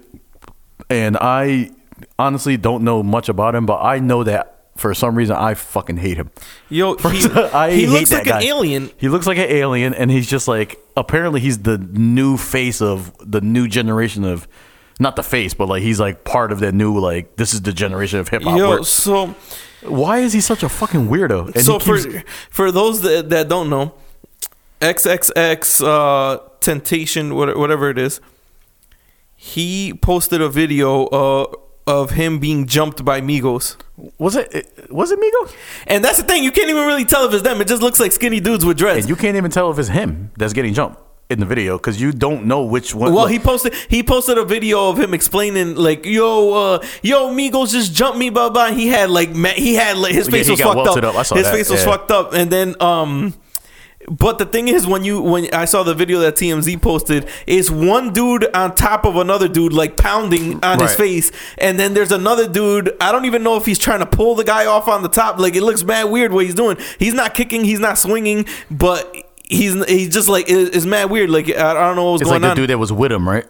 Speaker 2: and I honestly don't know much about him, but I know that for some reason I fucking hate him.
Speaker 1: Yo, he,
Speaker 2: I
Speaker 1: he
Speaker 2: hate
Speaker 1: looks
Speaker 2: that
Speaker 1: like
Speaker 2: guy.
Speaker 1: an alien.
Speaker 2: He looks like an alien, and he's just like apparently he's the new face of the new generation of. Not the face, but like he's like part of that new like this is the generation of hip hop.
Speaker 1: Yo,
Speaker 2: where-
Speaker 1: so
Speaker 2: Why is he such a fucking weirdo? And
Speaker 1: so
Speaker 2: he keeps-
Speaker 1: for for those that, that don't know, XXX uh, Temptation, what- whatever it is, he posted a video uh, of him being jumped by Migos.
Speaker 2: was it was it Migos?
Speaker 1: And that's the thing, you can't even really tell if it's them. It just looks like skinny dudes with dreads.
Speaker 2: And you can't even tell if it's him that's getting jumped in the video because you don't know which one.
Speaker 1: well,
Speaker 2: look,
Speaker 1: he posted he posted a video of him explaining like, "Yo, uh, yo, Migos just jumped me, blah blah." He had like ma- he had like his
Speaker 2: Oh, Yeah,
Speaker 1: face
Speaker 2: he
Speaker 1: was
Speaker 2: got
Speaker 1: fucked up.
Speaker 2: welted up. I saw
Speaker 1: His
Speaker 2: that,
Speaker 1: face was
Speaker 2: yeah.
Speaker 1: fucked up, and then um. But the thing is, when you when I saw the video that TMZ posted, it's one dude on top of another dude, like pounding on his
Speaker 2: Right.
Speaker 1: face, and then there's another dude. I don't even know if he's trying to pull the guy off on the top. Like it looks mad weird what he's doing. He's not kicking, he's not swinging, but he's he's just like it- it's mad weird. Like I I don't know what was
Speaker 2: it's
Speaker 1: going
Speaker 2: like the
Speaker 1: on
Speaker 2: dude that was with him, right?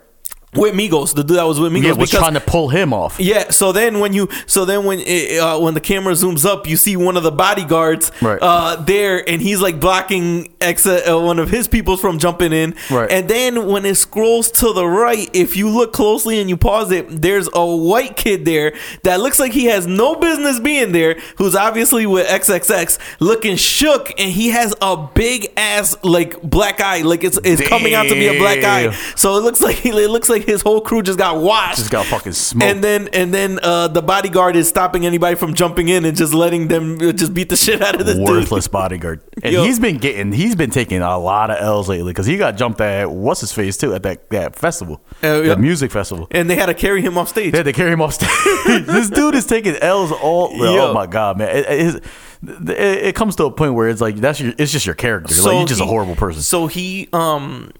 Speaker 1: with Migos, the dude that was with Migos,
Speaker 2: Yeah, was
Speaker 1: because
Speaker 2: trying to pull him off.
Speaker 1: yeah. So then when you, so then when it, uh, when the camera zooms up, you see one of the bodyguards
Speaker 2: Right.
Speaker 1: uh, there, and he's like blocking ex uh, one of his peoples from jumping in.
Speaker 2: Right.
Speaker 1: And then when it scrolls to the right, if you look closely and you pause it, there's a white kid there that looks like he has no business being there, who's obviously with XXX, looking shook, and he has a big ass like black eye, like it's it's coming out to be a black eye.
Speaker 2: Damn.
Speaker 1: So it looks like he, it looks like his whole crew just got washed.
Speaker 2: Just got fucking smoked.
Speaker 1: And then and then uh, the bodyguard is stopping anybody from jumping in and just letting them uh, just beat the shit out of this dude.
Speaker 2: Worthless bodyguard. And
Speaker 1: Yo.
Speaker 2: he's been getting, he's been taking a lot of L's lately because he got jumped at what's his face too at that that festival,
Speaker 1: Oh, yeah.
Speaker 2: the music festival.
Speaker 1: And they had to carry him off stage.
Speaker 2: They had to carry him off stage. this dude is taking L's all.
Speaker 1: Yo.
Speaker 2: Oh my god, man! It, it, it, it comes to a point where it's like that's your, it's just your character. like you're just a
Speaker 1: he-
Speaker 2: horrible person.
Speaker 1: So he um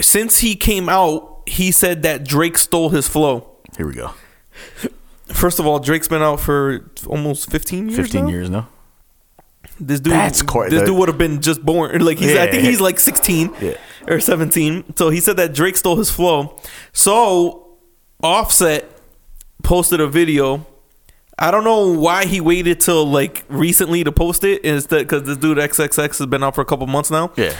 Speaker 1: since he came out, he said that Drake stole his flow.
Speaker 2: Here we go.
Speaker 1: First of all, Drake's been out for almost fifteen years.
Speaker 2: Fifteen
Speaker 1: now?
Speaker 2: years now.
Speaker 1: This dude,
Speaker 2: That's cor-
Speaker 1: This
Speaker 2: the-
Speaker 1: dude would have been just born. Like he's, I think
Speaker 2: Yeah.
Speaker 1: he's like sixteen
Speaker 2: Yeah.
Speaker 1: or seventeen. So he said that Drake stole his flow. So Offset posted a video. I don't know why he waited till like recently to post it. Is that because this dude XXX has been out for a couple months now?
Speaker 2: Yeah.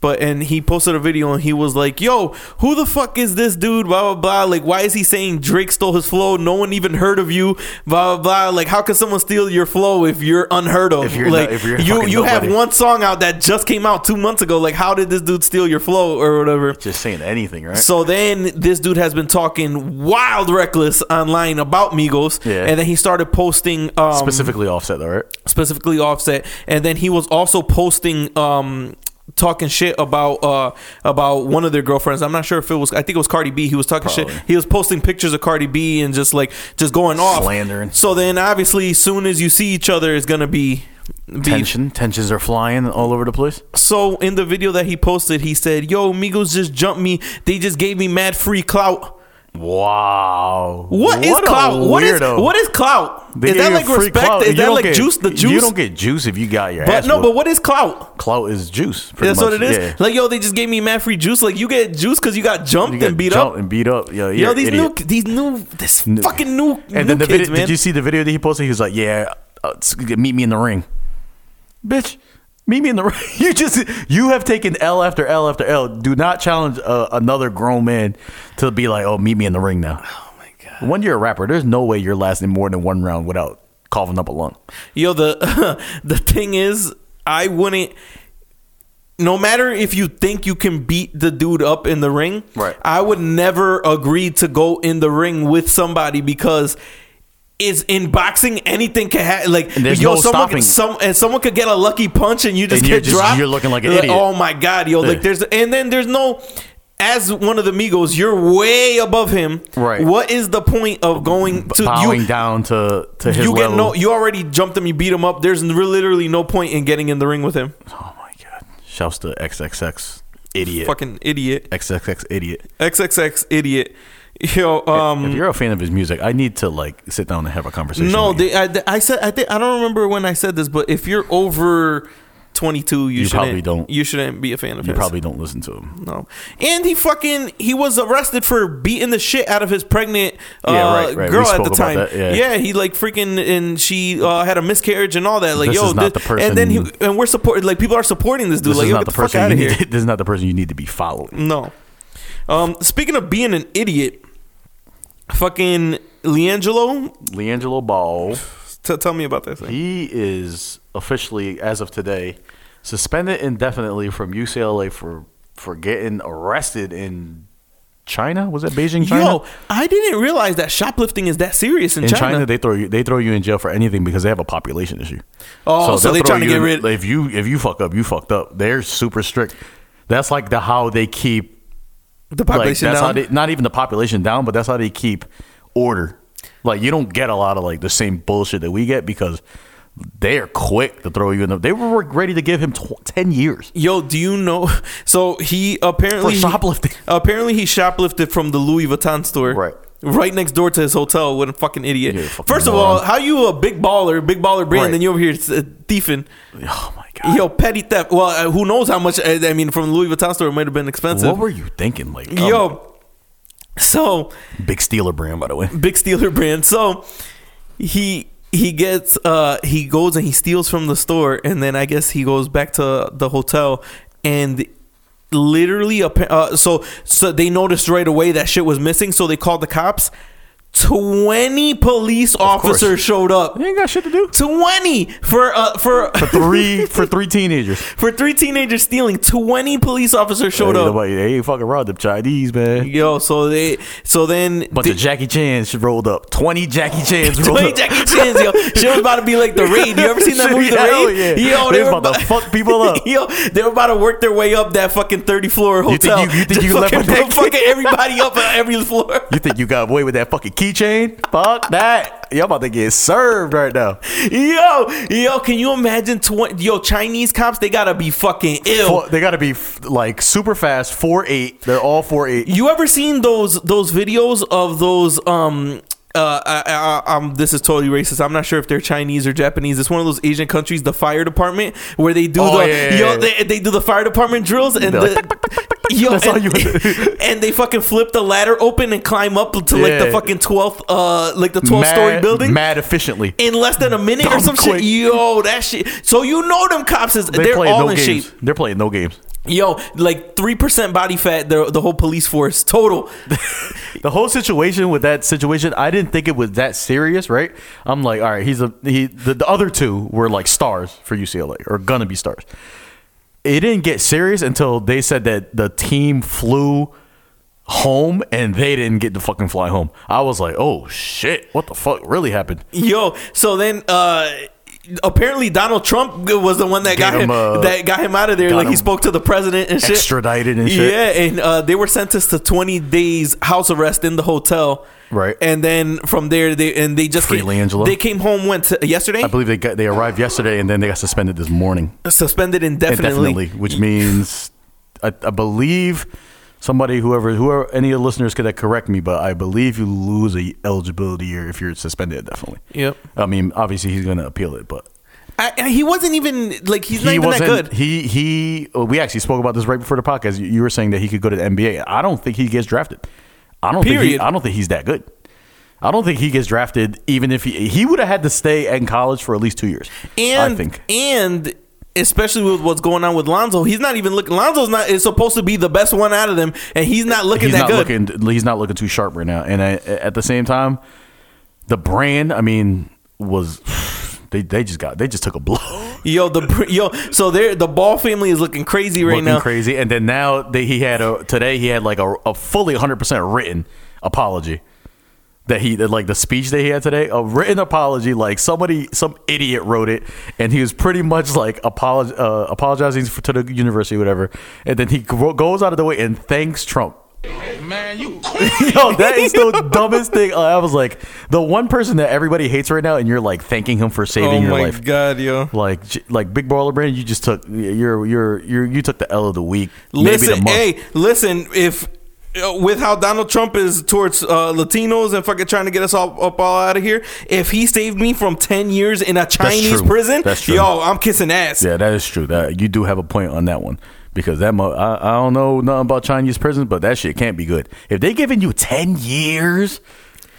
Speaker 1: But and he posted a video and he was like, "Yo, who the fuck is this dude? Blah blah blah. Like, why is he saying Drake stole his flow? No one even heard of you. Blah blah blah. Like, how can someone steal your flow if you're unheard of?
Speaker 2: If you're
Speaker 1: like,
Speaker 2: no- if you're
Speaker 1: you
Speaker 2: fucking
Speaker 1: you have
Speaker 2: nobody."
Speaker 1: one song out that just came out two months ago. Like, how did this dude steal your flow or whatever?
Speaker 2: Just saying anything, right?
Speaker 1: So then this dude has been talking wild reckless online about Migos,
Speaker 2: Yeah.
Speaker 1: and then he started posting um,
Speaker 2: Specifically Offset, though, right?
Speaker 1: specifically Offset, and then he was also posting. Um, talking shit about uh about one of their girlfriends i'm not sure if it was i think it was cardi b he was talking shit
Speaker 2: Probably.
Speaker 1: he was posting pictures of cardi b and just like just going off
Speaker 2: Slandering.
Speaker 1: so then obviously soon as you see each other it's gonna be be
Speaker 2: Tension, tensions are flying all over the place.
Speaker 1: so in the video that he posted he said yo migos just jumped me they just gave me mad free clout
Speaker 2: Wow.
Speaker 1: What is
Speaker 2: a
Speaker 1: clout? What is
Speaker 2: weirdo.
Speaker 1: what is clout?
Speaker 2: They
Speaker 1: is
Speaker 2: gave
Speaker 1: that
Speaker 2: you
Speaker 1: like
Speaker 2: free
Speaker 1: respect?
Speaker 2: clout.
Speaker 1: Is
Speaker 2: You
Speaker 1: that
Speaker 2: don't
Speaker 1: like
Speaker 2: get-
Speaker 1: juice? The juice?
Speaker 2: You don't get juice if you got your
Speaker 1: but
Speaker 2: ass.
Speaker 1: no,
Speaker 2: whooped.
Speaker 1: but what is clout?
Speaker 2: clout is juice. pretty
Speaker 1: That's
Speaker 2: much.
Speaker 1: what it is.
Speaker 2: Yeah.
Speaker 1: Like yo, they just gave me mad free juice. Like you get juice because you got jumped
Speaker 2: You got
Speaker 1: and beat
Speaker 2: jumped
Speaker 1: up.
Speaker 2: and beat up.
Speaker 1: Yo,
Speaker 2: Yo, you're
Speaker 1: these
Speaker 2: an idiot.
Speaker 1: new, these new, this
Speaker 2: New-
Speaker 1: fucking new, new
Speaker 2: And then the
Speaker 1: kids,
Speaker 2: video.
Speaker 1: man.
Speaker 2: Did you see the video that he posted? He was like, "Yeah, uh, s- meet me in the ring, bitch. Meet me in the ring. You just you have taken L after L after L. Do not challenge uh, another grown man to be like, oh, meet me in the ring now. Oh my god. When you're a rapper, there's no way you're lasting more than one round without coughing up a lung.
Speaker 1: Yo, the the thing is, I wouldn't. No matter if you think you can beat the dude up in the ring,
Speaker 2: Right.
Speaker 1: I would never agree to go in the ring with somebody because it's in boxing anything can happen. Like
Speaker 2: And there's
Speaker 1: yo,
Speaker 2: no
Speaker 1: someone
Speaker 2: stopping.
Speaker 1: some and someone could get a lucky punch and you just
Speaker 2: And
Speaker 1: get
Speaker 2: you're just-
Speaker 1: dropped.
Speaker 2: you're looking like an idiot.
Speaker 1: Oh my god, yo! Like
Speaker 2: Yeah.
Speaker 1: there's and then there's no. As one of the Migos, you're way above him.
Speaker 2: Right.
Speaker 1: What is the point of going to
Speaker 2: Bowing
Speaker 1: you?
Speaker 2: down to to his
Speaker 1: you
Speaker 2: level.
Speaker 1: get no. You already jumped him. You beat him up. There's re- literally no point in getting in the ring with him.
Speaker 2: oh my god. Shouts to XXX idiot.
Speaker 1: Fucking idiot.
Speaker 2: XXX idiot.
Speaker 1: XXX idiot. Yo. Um.
Speaker 2: if you're a fan of his music, I need to like sit down and have a conversation.
Speaker 1: No.
Speaker 2: with you.
Speaker 1: They, I, th- I said. I think. I don't remember when I said this, but if you're over. 22 you,
Speaker 2: You
Speaker 1: shouldn't,
Speaker 2: probably don't.
Speaker 1: you shouldn't be a fan of
Speaker 2: you
Speaker 1: his
Speaker 2: probably don't listen to him.
Speaker 1: no and he fucking he was arrested for beating the shit out of his pregnant uh,
Speaker 2: Yeah, right, right. We
Speaker 1: girl at
Speaker 2: spoke
Speaker 1: the
Speaker 2: about
Speaker 1: time
Speaker 2: that, yeah.
Speaker 1: he like freaking and she uh, had a miscarriage and all that like
Speaker 2: This
Speaker 1: yo
Speaker 2: is not
Speaker 1: this-
Speaker 2: the person-
Speaker 1: and then he and we're supported like people are supporting this dude
Speaker 2: This
Speaker 1: like
Speaker 2: is
Speaker 1: yo,
Speaker 2: not
Speaker 1: get
Speaker 2: the
Speaker 1: the, fuck
Speaker 2: person.
Speaker 1: out
Speaker 2: You
Speaker 1: of
Speaker 2: need
Speaker 1: here
Speaker 2: to- this is not the person you need to be following.
Speaker 1: No. Um, speaking of being an idiot, fucking Leangelo,
Speaker 2: Leangelo Ball.
Speaker 1: t- tell me about this. Thing.
Speaker 2: He is officially, as of today, suspended indefinitely from UCLA for for getting arrested in China. Was that Beijing, China?
Speaker 1: Yo, I didn't realize that shoplifting is that serious in,
Speaker 2: in China,
Speaker 1: China.
Speaker 2: they throw you they throw you in jail for anything because they have a population issue.
Speaker 1: Oh, so
Speaker 2: they'll
Speaker 1: they
Speaker 2: throw
Speaker 1: trying to
Speaker 2: you
Speaker 1: get
Speaker 2: in-
Speaker 1: rid-
Speaker 2: If you if you fuck up, you fucked up. They're super strict. That's like the how they keep
Speaker 1: The
Speaker 2: like,
Speaker 1: population
Speaker 2: that's
Speaker 1: down.
Speaker 2: How they, not even the population down, but that's how they keep order. Like you don't get a lot of like the same bullshit that we get because they are quick to throw you in the. They were ready to give him tw- ten years
Speaker 1: Yo, do you know? So he
Speaker 2: for
Speaker 1: apparently
Speaker 2: shoplifting.
Speaker 1: Apparently, he shoplifted from the Louis Vuitton store.
Speaker 2: Right.
Speaker 1: Right next door to his hotel. What a fucking idiot.
Speaker 2: You're a fucking
Speaker 1: First of all,
Speaker 2: moron.
Speaker 1: how you a big baller, big baller brand,
Speaker 2: Right.
Speaker 1: then you over here uh, thiefing.
Speaker 2: Oh my god!
Speaker 1: Yo, petty theft. Well, uh, who knows how much? uh, I mean, from the Louis Vuitton store, it might have been expensive.
Speaker 2: what were you thinking? Like um,
Speaker 1: Yo, so
Speaker 2: big stealer brand, by the way.
Speaker 1: big stealer brand. So he he gets uh he goes and he steals from the store, and then I guess he goes back to the hotel and literally appa- uh, so so they noticed right away that shit was missing, so they called the cops. Twenty police
Speaker 2: course.
Speaker 1: officers showed up.
Speaker 2: You ain't got shit to do.
Speaker 1: Twenty for uh for.
Speaker 2: For three for three teenagers.
Speaker 1: For three teenagers stealing, twenty police officers
Speaker 2: Hey,
Speaker 1: showed up.
Speaker 2: nobody- they ain't fucking robbed them Chinese man.
Speaker 1: Yo, so they, so then
Speaker 2: But the Jackie Chan's rolled up. Twenty Jackie Chan's rolled
Speaker 1: Twenty
Speaker 2: up.
Speaker 1: Jackie Chan's, yo. She was about to be like the raid. You ever seen that movie, The
Speaker 2: Hell
Speaker 1: Raid?
Speaker 2: yeah.
Speaker 1: Yo,
Speaker 2: They was about to fuck people up.
Speaker 1: Yo, they were about to work their way up that fucking thirty floor
Speaker 2: think you-
Speaker 1: hotel.
Speaker 2: you think
Speaker 1: Just
Speaker 2: you left
Speaker 1: fucking,
Speaker 2: with that
Speaker 1: fucking everybody up on every floor.
Speaker 2: You think you got away with that fucking keychain? Fuck that. Y'all about to get served right now.
Speaker 1: Yo, yo, can you imagine? Twenty, yo, Chinese cops, they gotta be fucking ill.
Speaker 2: Four- they got to be f- like super fast, four eight. They're all four eight.
Speaker 1: You ever seen those those videos of those um uh I, I, um this is totally racist. I'm not sure if they're Chinese or Japanese. It's one of those Asian countries, the fire department where they do
Speaker 2: Oh,
Speaker 1: the
Speaker 2: yeah, yeah,
Speaker 1: yo
Speaker 2: yeah.
Speaker 1: They, they do the fire department drills and
Speaker 2: They're
Speaker 1: the,
Speaker 2: like,
Speaker 1: yo
Speaker 2: That's all
Speaker 1: and,
Speaker 2: you-
Speaker 1: and they fucking flip the ladder open and climb up to like the
Speaker 2: Yeah.
Speaker 1: fucking 12th uh like the 12 story
Speaker 2: Mad-
Speaker 1: building.
Speaker 2: mad efficiently.
Speaker 1: In less than a minute or
Speaker 2: Dumb
Speaker 1: some
Speaker 2: quick.
Speaker 1: shit, yo, that shit. So you know them cops is they are all in
Speaker 2: games.
Speaker 1: shape.
Speaker 2: They're playing no games.
Speaker 1: Yo, like three percent body fat. The the whole police force total.
Speaker 2: The whole situation with that situation, I didn't think it was that serious, right? I'm like, all right, he's a he. The, the other two were like stars for UCLA or gonna be stars. It didn't get serious until they said that the team flew home and they didn't get to fucking fly home. I was like, oh shit, what the fuck really happened?
Speaker 1: Yo, so then uh apparently Donald Trump was the one that got
Speaker 2: Gave
Speaker 1: him,
Speaker 2: him, uh,
Speaker 1: that got him out of there.
Speaker 2: got
Speaker 1: Like he
Speaker 2: him
Speaker 1: spoke to the president and shit.
Speaker 2: extradited and shit.
Speaker 1: Yeah, and uh, they were sentenced to 20 days house arrest in the hotel.
Speaker 2: Right.
Speaker 1: And then from there they and they just
Speaker 2: Free
Speaker 1: came,
Speaker 2: Langelo.
Speaker 1: they came home went to, yesterday
Speaker 2: I believe they got they arrived yesterday and then they got suspended this morning.
Speaker 1: suspended indefinitely.
Speaker 2: indefinitely, which means I, I believe somebody, whoever, whoever, any of the listeners could correct me, but I believe you lose a eligibility year if you're suspended indefinitely.
Speaker 1: Yep.
Speaker 2: I mean, obviously he's going to appeal it, but
Speaker 1: I, and he wasn't even like he's not even that good.
Speaker 2: He he. uh, We actually spoke about this right before the podcast. You, you were saying that he could go to the NBA. I don't think he gets drafted. I don't think.
Speaker 1: Period.
Speaker 2: He, I don't think he's that good. I don't think he gets drafted. Even if he he would have had to stay in college for at least two years.
Speaker 1: and
Speaker 2: I think.
Speaker 1: and especially with what's going on with Lonzo, he's not even looking. Lonzo's not is supposed to be the best one out of them, and he's not looking
Speaker 2: he's
Speaker 1: that
Speaker 2: not
Speaker 1: good.
Speaker 2: looking he's not looking too sharp right now and I, at the same time the brand i mean was they, they just got they just took a blow
Speaker 1: Yo, the yo, so there the Ball family is looking crazy right
Speaker 2: looking
Speaker 1: now.
Speaker 2: crazy and then now they, he had a today he had like a, a fully 100% written apology that he that like the speech that he had today a written apology like somebody some idiot wrote it and he was pretty much like apolog, uh, apologizing for, to the university whatever and then he gro- goes out of the way and thanks trump
Speaker 3: Man, you
Speaker 2: Yo, that is the dumbest thing. I was like, the one person that everybody hates right now, and you're like thanking him for saving
Speaker 1: Oh
Speaker 2: your
Speaker 1: my
Speaker 2: life.
Speaker 1: god, yo.
Speaker 2: Like, j- like Big Baller Brand, you just took you're you're you're you took the L of the week, maybe the
Speaker 1: Listen,
Speaker 2: month.
Speaker 1: hey, listen, if uh, with how Donald Trump is towards uh, Latinos and fucking trying to get us all up all out of here, if he saved me from 10 years in a Chinese
Speaker 2: true.
Speaker 1: prison,
Speaker 2: That's true.
Speaker 1: yo, I'm kissing ass.
Speaker 2: Yeah, that is true. That you do have a point on that one because that mo- I, I don't know nothing about Chinese prisons, but that shit can't be good. If they giving you ten years,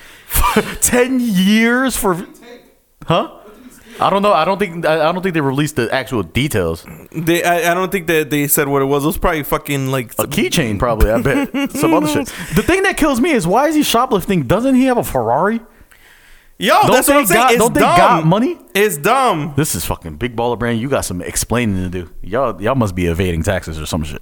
Speaker 2: ten years for, huh? I don't know. I don't think I I don't think they released the actual details.
Speaker 1: They, I, I don't think that they said what it was. It was probably fucking like
Speaker 2: A keychain, probably. I bet some other shit. The thing that kills me is why is he shoplifting? Doesn't he have a Ferrari?
Speaker 1: yo. that's
Speaker 2: they
Speaker 1: what I'm saying.
Speaker 2: got-
Speaker 1: it's
Speaker 2: don't they
Speaker 1: dumb.
Speaker 2: got money?
Speaker 1: It's dumb.
Speaker 2: This is fucking big baller brand. You got some explaining to do. Y'all, y'all must be evading taxes or some shit,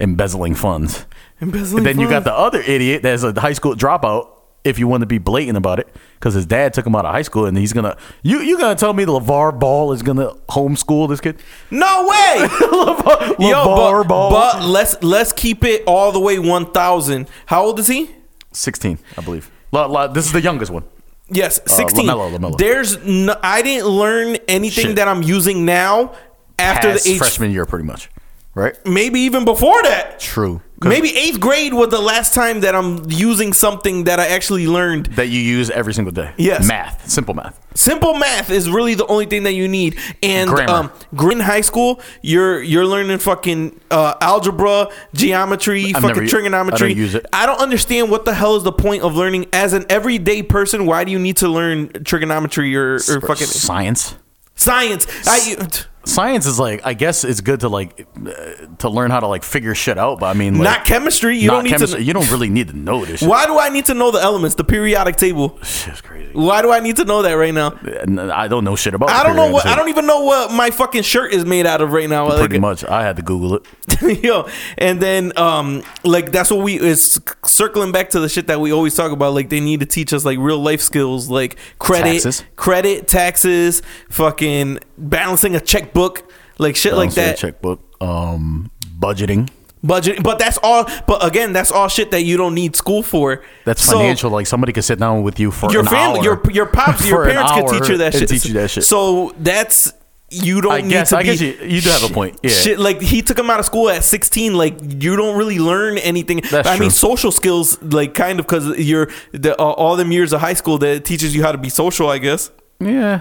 Speaker 2: embezzling funds.
Speaker 1: Embezzling
Speaker 2: then you
Speaker 1: funds.
Speaker 2: got the other idiot that's a high school dropout. If you want to be blatant about it, because his dad took him out of high school, and he's gonna you you gonna tell me LeVar Ball is gonna homeschool this kid?
Speaker 1: No way.
Speaker 2: LeVar,
Speaker 1: yo,
Speaker 2: LeVar
Speaker 1: but,
Speaker 2: Ball,
Speaker 1: but let's let's keep it all the way 1,000. How old is he?
Speaker 2: sixteen, I believe. La- la- this is the youngest one.
Speaker 1: Yes, sixteen.
Speaker 2: Uh, LaMelo, LaMelo.
Speaker 1: There's no, I didn't learn anything
Speaker 2: Shit.
Speaker 1: that I'm using now after
Speaker 2: Past
Speaker 1: the age,
Speaker 2: freshman year, pretty much, right?
Speaker 1: maybe even before that.
Speaker 2: True. 'Cause-
Speaker 1: Maybe eighth grade was the last time that I'm using something that I actually learned.
Speaker 2: that you use every single day.
Speaker 1: Yes.
Speaker 2: Math, simple math.
Speaker 1: Simple math is really the only thing that you need. And
Speaker 2: Grammar.
Speaker 1: um, gr- in high school, you're you're learning fucking uh, algebra, geometry,
Speaker 2: I've
Speaker 1: fucking
Speaker 2: never u-
Speaker 1: trigonometry.
Speaker 2: I don't use it.
Speaker 1: I don't understand what the hell is the point of learning as an everyday person. Why do you need to learn trigonometry or, or
Speaker 2: For
Speaker 1: fucking
Speaker 2: science.
Speaker 1: science? I,
Speaker 2: Science is like I guess it's good to like uh, to learn how to like figure shit out, but I mean like,
Speaker 1: not chemistry. You
Speaker 2: not
Speaker 1: don't need
Speaker 2: chemistry-
Speaker 1: to.
Speaker 2: You don't really need to know this. Shit.
Speaker 1: why do I need to know the elements, the periodic table?
Speaker 2: Shit's crazy.
Speaker 1: Why do I need to know that right now?
Speaker 2: And I don't know shit about.
Speaker 1: I don't know what. I
Speaker 2: periodicity.
Speaker 1: don't even know what my fucking shirt is made out of right now. Like,
Speaker 2: Pretty much, I had to Google it.
Speaker 1: yo, and then um, like that's what we is circling back to the shit that we always talk about. Like they need to teach us like real life skills, like credit,
Speaker 2: Taxes.
Speaker 1: credit, taxes, fucking balancing a checkbook, like shit like
Speaker 2: Honestly,
Speaker 1: that.
Speaker 2: checkbook, um, budgeting.
Speaker 1: Budget, but that's all. But again, that's all shit that you don't need school for.
Speaker 2: That's
Speaker 1: So-
Speaker 2: financial. Like somebody could sit down with you for
Speaker 1: your
Speaker 2: an
Speaker 1: family,
Speaker 2: hour
Speaker 1: your your pops,
Speaker 2: For
Speaker 1: your
Speaker 2: an
Speaker 1: parents could
Speaker 2: hour
Speaker 1: teach you that
Speaker 2: and
Speaker 1: shit.
Speaker 2: Teach you that shit.
Speaker 1: So that's you don't
Speaker 2: I
Speaker 1: need
Speaker 2: guess-
Speaker 1: to
Speaker 2: I
Speaker 1: be.
Speaker 2: guess you- you do have a point. Yeah.
Speaker 1: Shit, like he took him out of school at sixteen. Like you don't really learn anything.
Speaker 2: That's
Speaker 1: I mean,
Speaker 2: true.
Speaker 1: social skills, like kind of because you're the, uh, all them years of high school that teaches you how to be social. I guess.
Speaker 2: yeah,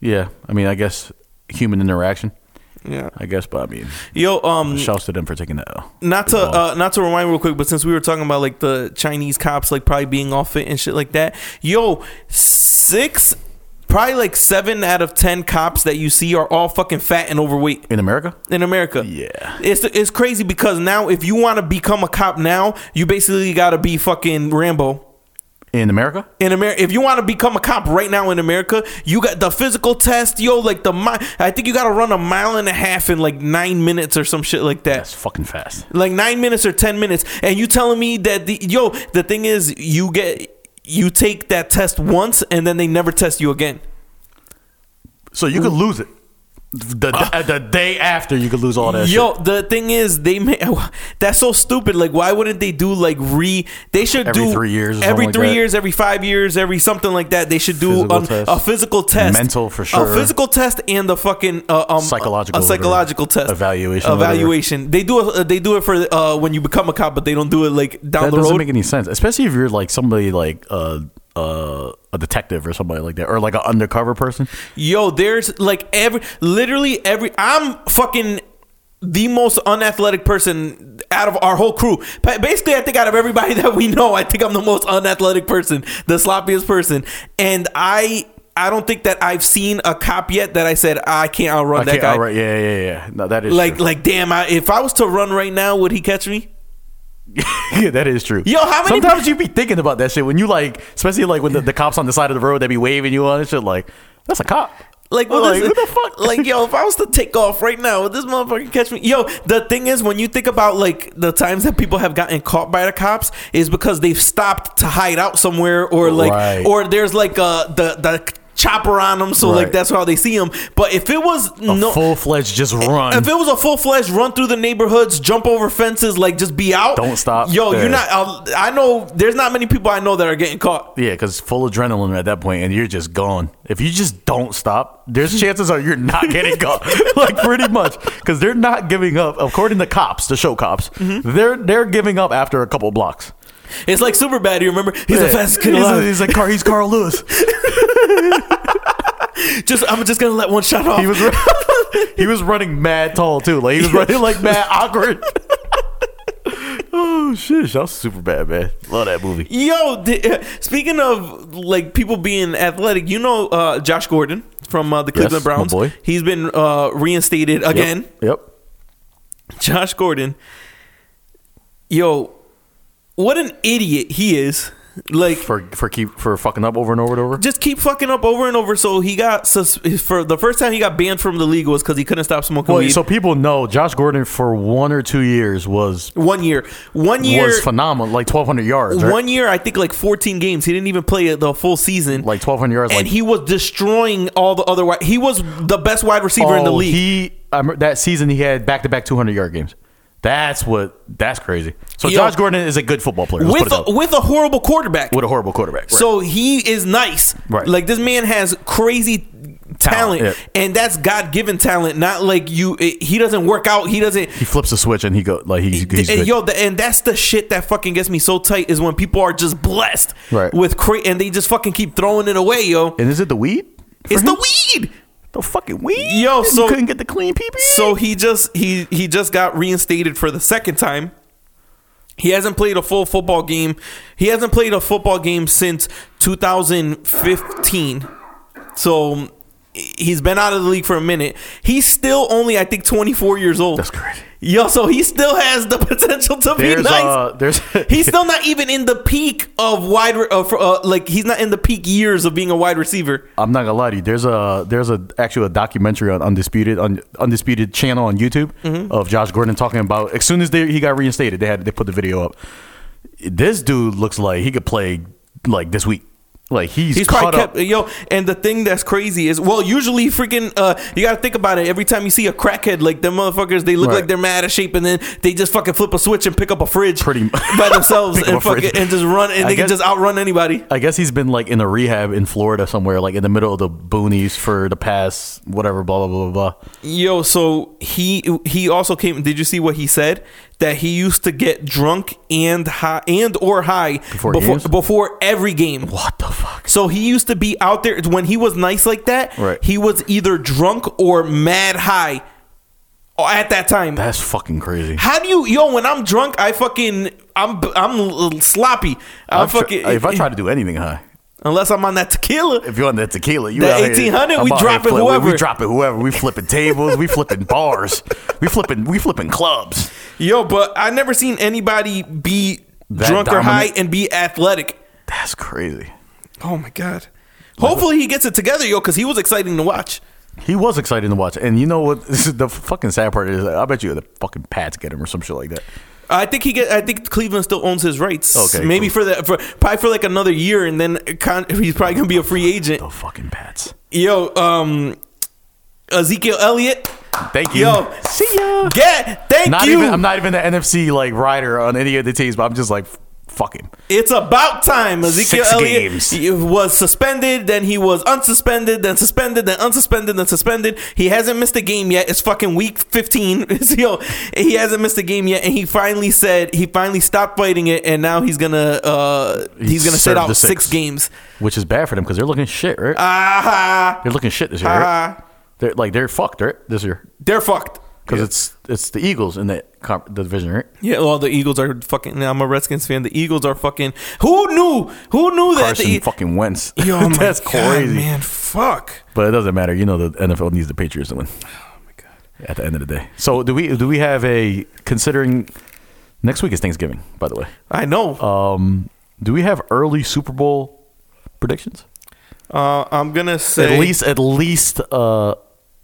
Speaker 2: yeah. I mean, I guess human interaction.
Speaker 1: Yeah.
Speaker 2: I guess, but I mean,
Speaker 1: Yo, um,
Speaker 2: shouts to them for taking that. L.
Speaker 1: not to
Speaker 2: Ball.
Speaker 1: uh, not to rewind real quick, but since we were talking about like the Chinese cops like probably being all fit and shit like that, yo, six probably like seven out of ten cops that you see are all fucking fat and overweight
Speaker 2: in America.
Speaker 1: in America.
Speaker 2: Yeah.
Speaker 1: It's it's crazy because now if you want to become a cop now, you basically got to be fucking Rambo.
Speaker 2: In America,
Speaker 1: In America, if you want to become a cop right now in America, you got the physical test, yo. Like the mi- I think you got to run a mile and a half in like nine minutes or some shit like that
Speaker 2: that's fucking fast.
Speaker 1: like nine minutes or ten minutes, and you telling me that the yo the thing is you get you take that test once and then they never test you again.
Speaker 2: So you could lose it. The, Uh, the, the day after, you could lose all that. shit.
Speaker 1: Yo, the thing is they may, that's so stupid. Like, why wouldn't they do like re? They should
Speaker 2: Every
Speaker 1: do
Speaker 2: three years or
Speaker 1: every
Speaker 2: something like
Speaker 1: three
Speaker 2: that.
Speaker 1: years, every five years, every something like that. They should do
Speaker 2: Physical
Speaker 1: um,
Speaker 2: test.
Speaker 1: a physical test,
Speaker 2: Mental for sure.
Speaker 1: a physical test, and the fucking uh, um,
Speaker 2: Psychological,
Speaker 1: a psychological test
Speaker 2: Evaluation, whatever.
Speaker 1: evaluation. They do a, they do it for uh, when you become a cop, but they don't do it like down
Speaker 2: that
Speaker 1: the
Speaker 2: doesn't
Speaker 1: road.
Speaker 2: make any sense, especially if you're like somebody like uh, uh, a detective or somebody like that, or like an undercover person.
Speaker 1: Yo, there's like every literally every I'm fucking the most unathletic person out of our whole crew. Ba- Basically, I think out of everybody that we know, I think I'm the most unathletic person, the sloppiest person. And I I don't think that I've seen a cop yet that I said I can't outrun that
Speaker 2: Okay,
Speaker 1: guy.
Speaker 2: all right, yeah, yeah, yeah. No, that is
Speaker 1: Like
Speaker 2: true.
Speaker 1: like damn, I, if I was to run right now, would he catch me?
Speaker 2: yeah, that is true.
Speaker 1: Yo, how many-
Speaker 2: Sometimes you be thinking about that shit when you like, especially like when the, the cops on the side of the road they be waving you on and shit. Like, that's a cop.
Speaker 1: Like, what is
Speaker 2: Like, who
Speaker 1: it?
Speaker 2: the fuck?
Speaker 1: Like, yo, if I was to take off right now, would this motherfucker catch me? Yo, the thing is, when you think about like the times that people have gotten caught by the cops, is because they've stopped to hide out somewhere, or like,
Speaker 2: Right.
Speaker 1: or there's like uh the the chopper on them, so like
Speaker 2: Right.
Speaker 1: that's how they see them. But if it was
Speaker 2: A
Speaker 1: no.
Speaker 2: full fledged just run.
Speaker 1: if it was a full fledged run through the neighborhoods, jump over fences, like just be out.
Speaker 2: Don't stop.
Speaker 1: Yo,
Speaker 2: Yeah.
Speaker 1: you're not. I'll, I know there's not many people I know that are getting caught.
Speaker 2: yeah, because full adrenaline at that point, and you're just gone. If you just don't stop, there's chances are you're not getting caught, like pretty much, because they're not giving up. According to cops, the show cops, they're they're giving up after a couple blocks.
Speaker 1: It's like super bad. You remember? He's the
Speaker 2: Yeah.
Speaker 1: fastest kid
Speaker 2: He's a-
Speaker 1: alive.
Speaker 2: He's like Car- he's Carl Lewis.
Speaker 1: Just I'm just gonna let one shot off.
Speaker 2: He was run- he was running mad tall too. Like he was running like mad awkward. oh shit, that was super bad, man. Love that movie.
Speaker 1: Yo, di- speaking of like people being athletic, you know uh, Josh Gordon from uh, the Cleveland
Speaker 2: my
Speaker 1: Browns.
Speaker 2: boy.
Speaker 1: He's been uh, reinstated again.
Speaker 2: Yep. yep.
Speaker 1: Josh Gordon. Yo, what an idiot he is! Like,
Speaker 2: For for keep for fucking up over and over and over.
Speaker 1: just keep fucking up over and over. So he got sus- for the first time he got banned from the league was because he couldn't stop smoking
Speaker 2: Well,
Speaker 1: weed.
Speaker 2: so people know Josh Gordon for one or two years was
Speaker 1: one year, one year,
Speaker 2: was phenomenal, like twelve hundred yards, right?
Speaker 1: one year. I think like 14 games. He didn't even play the full season.
Speaker 2: like twelve hundred yards.
Speaker 1: and
Speaker 2: like,
Speaker 1: he was destroying all the other wide. He was the best wide receiver in the
Speaker 2: oh,
Speaker 1: league.
Speaker 2: He I remember that season he had back to back two hundred yard games. That's what. That's crazy. So
Speaker 1: Yo.
Speaker 2: Josh Gordon is a good football player. Let's put
Speaker 1: with
Speaker 2: it that
Speaker 1: a,
Speaker 2: way.
Speaker 1: with a horrible quarterback.
Speaker 2: with a horrible quarterback. right.
Speaker 1: So he is nice.
Speaker 2: Right.
Speaker 1: Like this man has crazy talent,
Speaker 2: Talent, yeah.
Speaker 1: and that's God given talent. Not like you. It, he doesn't work out. He doesn't.
Speaker 2: he flips a switch and he go like he's, he's
Speaker 1: and
Speaker 2: good.
Speaker 1: yo, the, and that's the shit that fucking gets me so tight is when people are just blessed
Speaker 2: Right.
Speaker 1: with cra- and they just fucking keep throwing it away, yo.
Speaker 2: And is it the weed? For
Speaker 1: It's
Speaker 2: him?
Speaker 1: the weed.
Speaker 2: The fucking weed.
Speaker 1: Yo,
Speaker 2: You
Speaker 1: so-
Speaker 2: couldn't get the clean PP.
Speaker 1: So he just he he just got reinstated for the second time. He hasn't played a full football game. He hasn't played a football game since 2015. So he's been out of the league for a minute. He's still only I think 24 years old.
Speaker 2: That's crazy.
Speaker 1: Yo, so he still has the potential to be
Speaker 2: there's
Speaker 1: nice.
Speaker 2: uh, there's
Speaker 1: He's still not even in the peak of wide, re- of, uh, like he's not in the peak years of being a wide receiver.
Speaker 2: I'm not gonna lie to you. There's a there's a actually a documentary on undisputed on undisputed channel on YouTube of Josh Gordon talking about as soon as they, he got reinstated, they had they put the video up. This dude looks like he could play like this week. Like he's,
Speaker 1: He's
Speaker 2: cut
Speaker 1: probably
Speaker 2: up.
Speaker 1: kept yo. And the thing that's crazy is, well, usually freaking, uh, you gotta think about it. Every time you see a crackhead, like them motherfuckers, they look
Speaker 2: Right.
Speaker 1: like they're mad as shape, and then they just fucking flip a switch and pick up a fridge
Speaker 2: Pretty mu-
Speaker 1: by themselves
Speaker 2: Pick up
Speaker 1: and
Speaker 2: a fridge.
Speaker 1: fucking and just run, and
Speaker 2: I
Speaker 1: they can
Speaker 2: guess-
Speaker 1: just outrun anybody.
Speaker 2: I guess he's been like in a rehab in Florida somewhere, like in the middle of the boonies for the past whatever, blah blah blah blah. blah.
Speaker 1: Yo, so he he also came. Did you see what he said? That he used to get drunk and high and or high
Speaker 2: Before
Speaker 1: before,
Speaker 2: games?
Speaker 1: before every game.
Speaker 2: What the fuck?
Speaker 1: So he used to be out there when he was nice like that.
Speaker 2: Right.
Speaker 1: He was either drunk or mad high at that time.
Speaker 2: That's fucking crazy.
Speaker 1: How do you, yo? When I'm drunk, I fucking, I'm, I'm sloppy. I'm
Speaker 2: I've tr-
Speaker 1: fucking.
Speaker 2: if I try to do anything high,
Speaker 1: Unless I'm on that tequila.
Speaker 2: If you want that tequila, you
Speaker 1: That
Speaker 2: out here-
Speaker 1: 1800,
Speaker 2: I'm
Speaker 1: we
Speaker 2: out here
Speaker 1: dropping
Speaker 2: flipping-
Speaker 1: whoever.
Speaker 2: We dropping whoever. We flipping tables. we flipping bars. We flipping. We flipping clubs.
Speaker 1: Yo, but I never seen anybody be
Speaker 2: That
Speaker 1: drunk or high
Speaker 2: dominant?
Speaker 1: and be athletic.
Speaker 2: That's crazy.
Speaker 1: Oh my god. Hopefully he gets it together, yo, because he was exciting to watch.
Speaker 2: He was exciting to watch, and you know what? This is the fucking sad part is, I bet you the fucking Pats get him or some shit like that.
Speaker 1: I think he get. I think Cleveland still owns his rights.
Speaker 2: Okay,
Speaker 1: maybe
Speaker 2: cool.
Speaker 1: for that, for probably for like another year, and then con, he's probably gonna be a free agent.
Speaker 2: The fucking Pats.
Speaker 1: Yo, um, Ezekiel Elliott.
Speaker 2: Thank you.
Speaker 1: Yo,
Speaker 2: see ya.
Speaker 1: get thank
Speaker 2: Not
Speaker 1: you.
Speaker 2: even. um, I'm not even the NFC like rider on any of the teams, but I'm just like, fuck him.
Speaker 1: It's about time. Ezekiel
Speaker 2: Six
Speaker 1: Elliott
Speaker 2: games.
Speaker 1: he was suspended, then he was unsuspended, then suspended, then unsuspended, then suspended. He hasn't missed a game yet. It's fucking week 15. Yo, he hasn't missed a game yet, and he finally said he finally stopped fighting it, and now he's gonna uh, he's gonna sit
Speaker 2: served
Speaker 1: out
Speaker 2: the
Speaker 1: six.
Speaker 2: six.
Speaker 1: games.
Speaker 2: Which is bad for them because they're looking shit, right?
Speaker 1: Ah,
Speaker 2: they're looking shit this year. right?
Speaker 1: ah,
Speaker 2: They're like they're fucked, right? This year
Speaker 1: they're fucked.
Speaker 2: because it's it's the Eagles in the, com- the division, right?
Speaker 1: Yeah, well, the Eagles are fucking. I'm a Redskins fan. The Eagles are fucking. Who knew? Who knew that?
Speaker 2: Carson
Speaker 1: the, E-
Speaker 2: fucking Wentz.
Speaker 1: Yo, oh my
Speaker 2: That's
Speaker 1: God,
Speaker 2: crazy.
Speaker 1: man. Fuck.
Speaker 2: But it doesn't matter. You know the NFL needs the Patriots to win.
Speaker 1: Oh
Speaker 2: At the end of the day. So do we do we have a considering next week is Thanksgiving, by the way.
Speaker 1: I know.
Speaker 2: Um do we have early Super Bowl predictions?
Speaker 1: Uh, I'm gonna say
Speaker 2: At least at least uh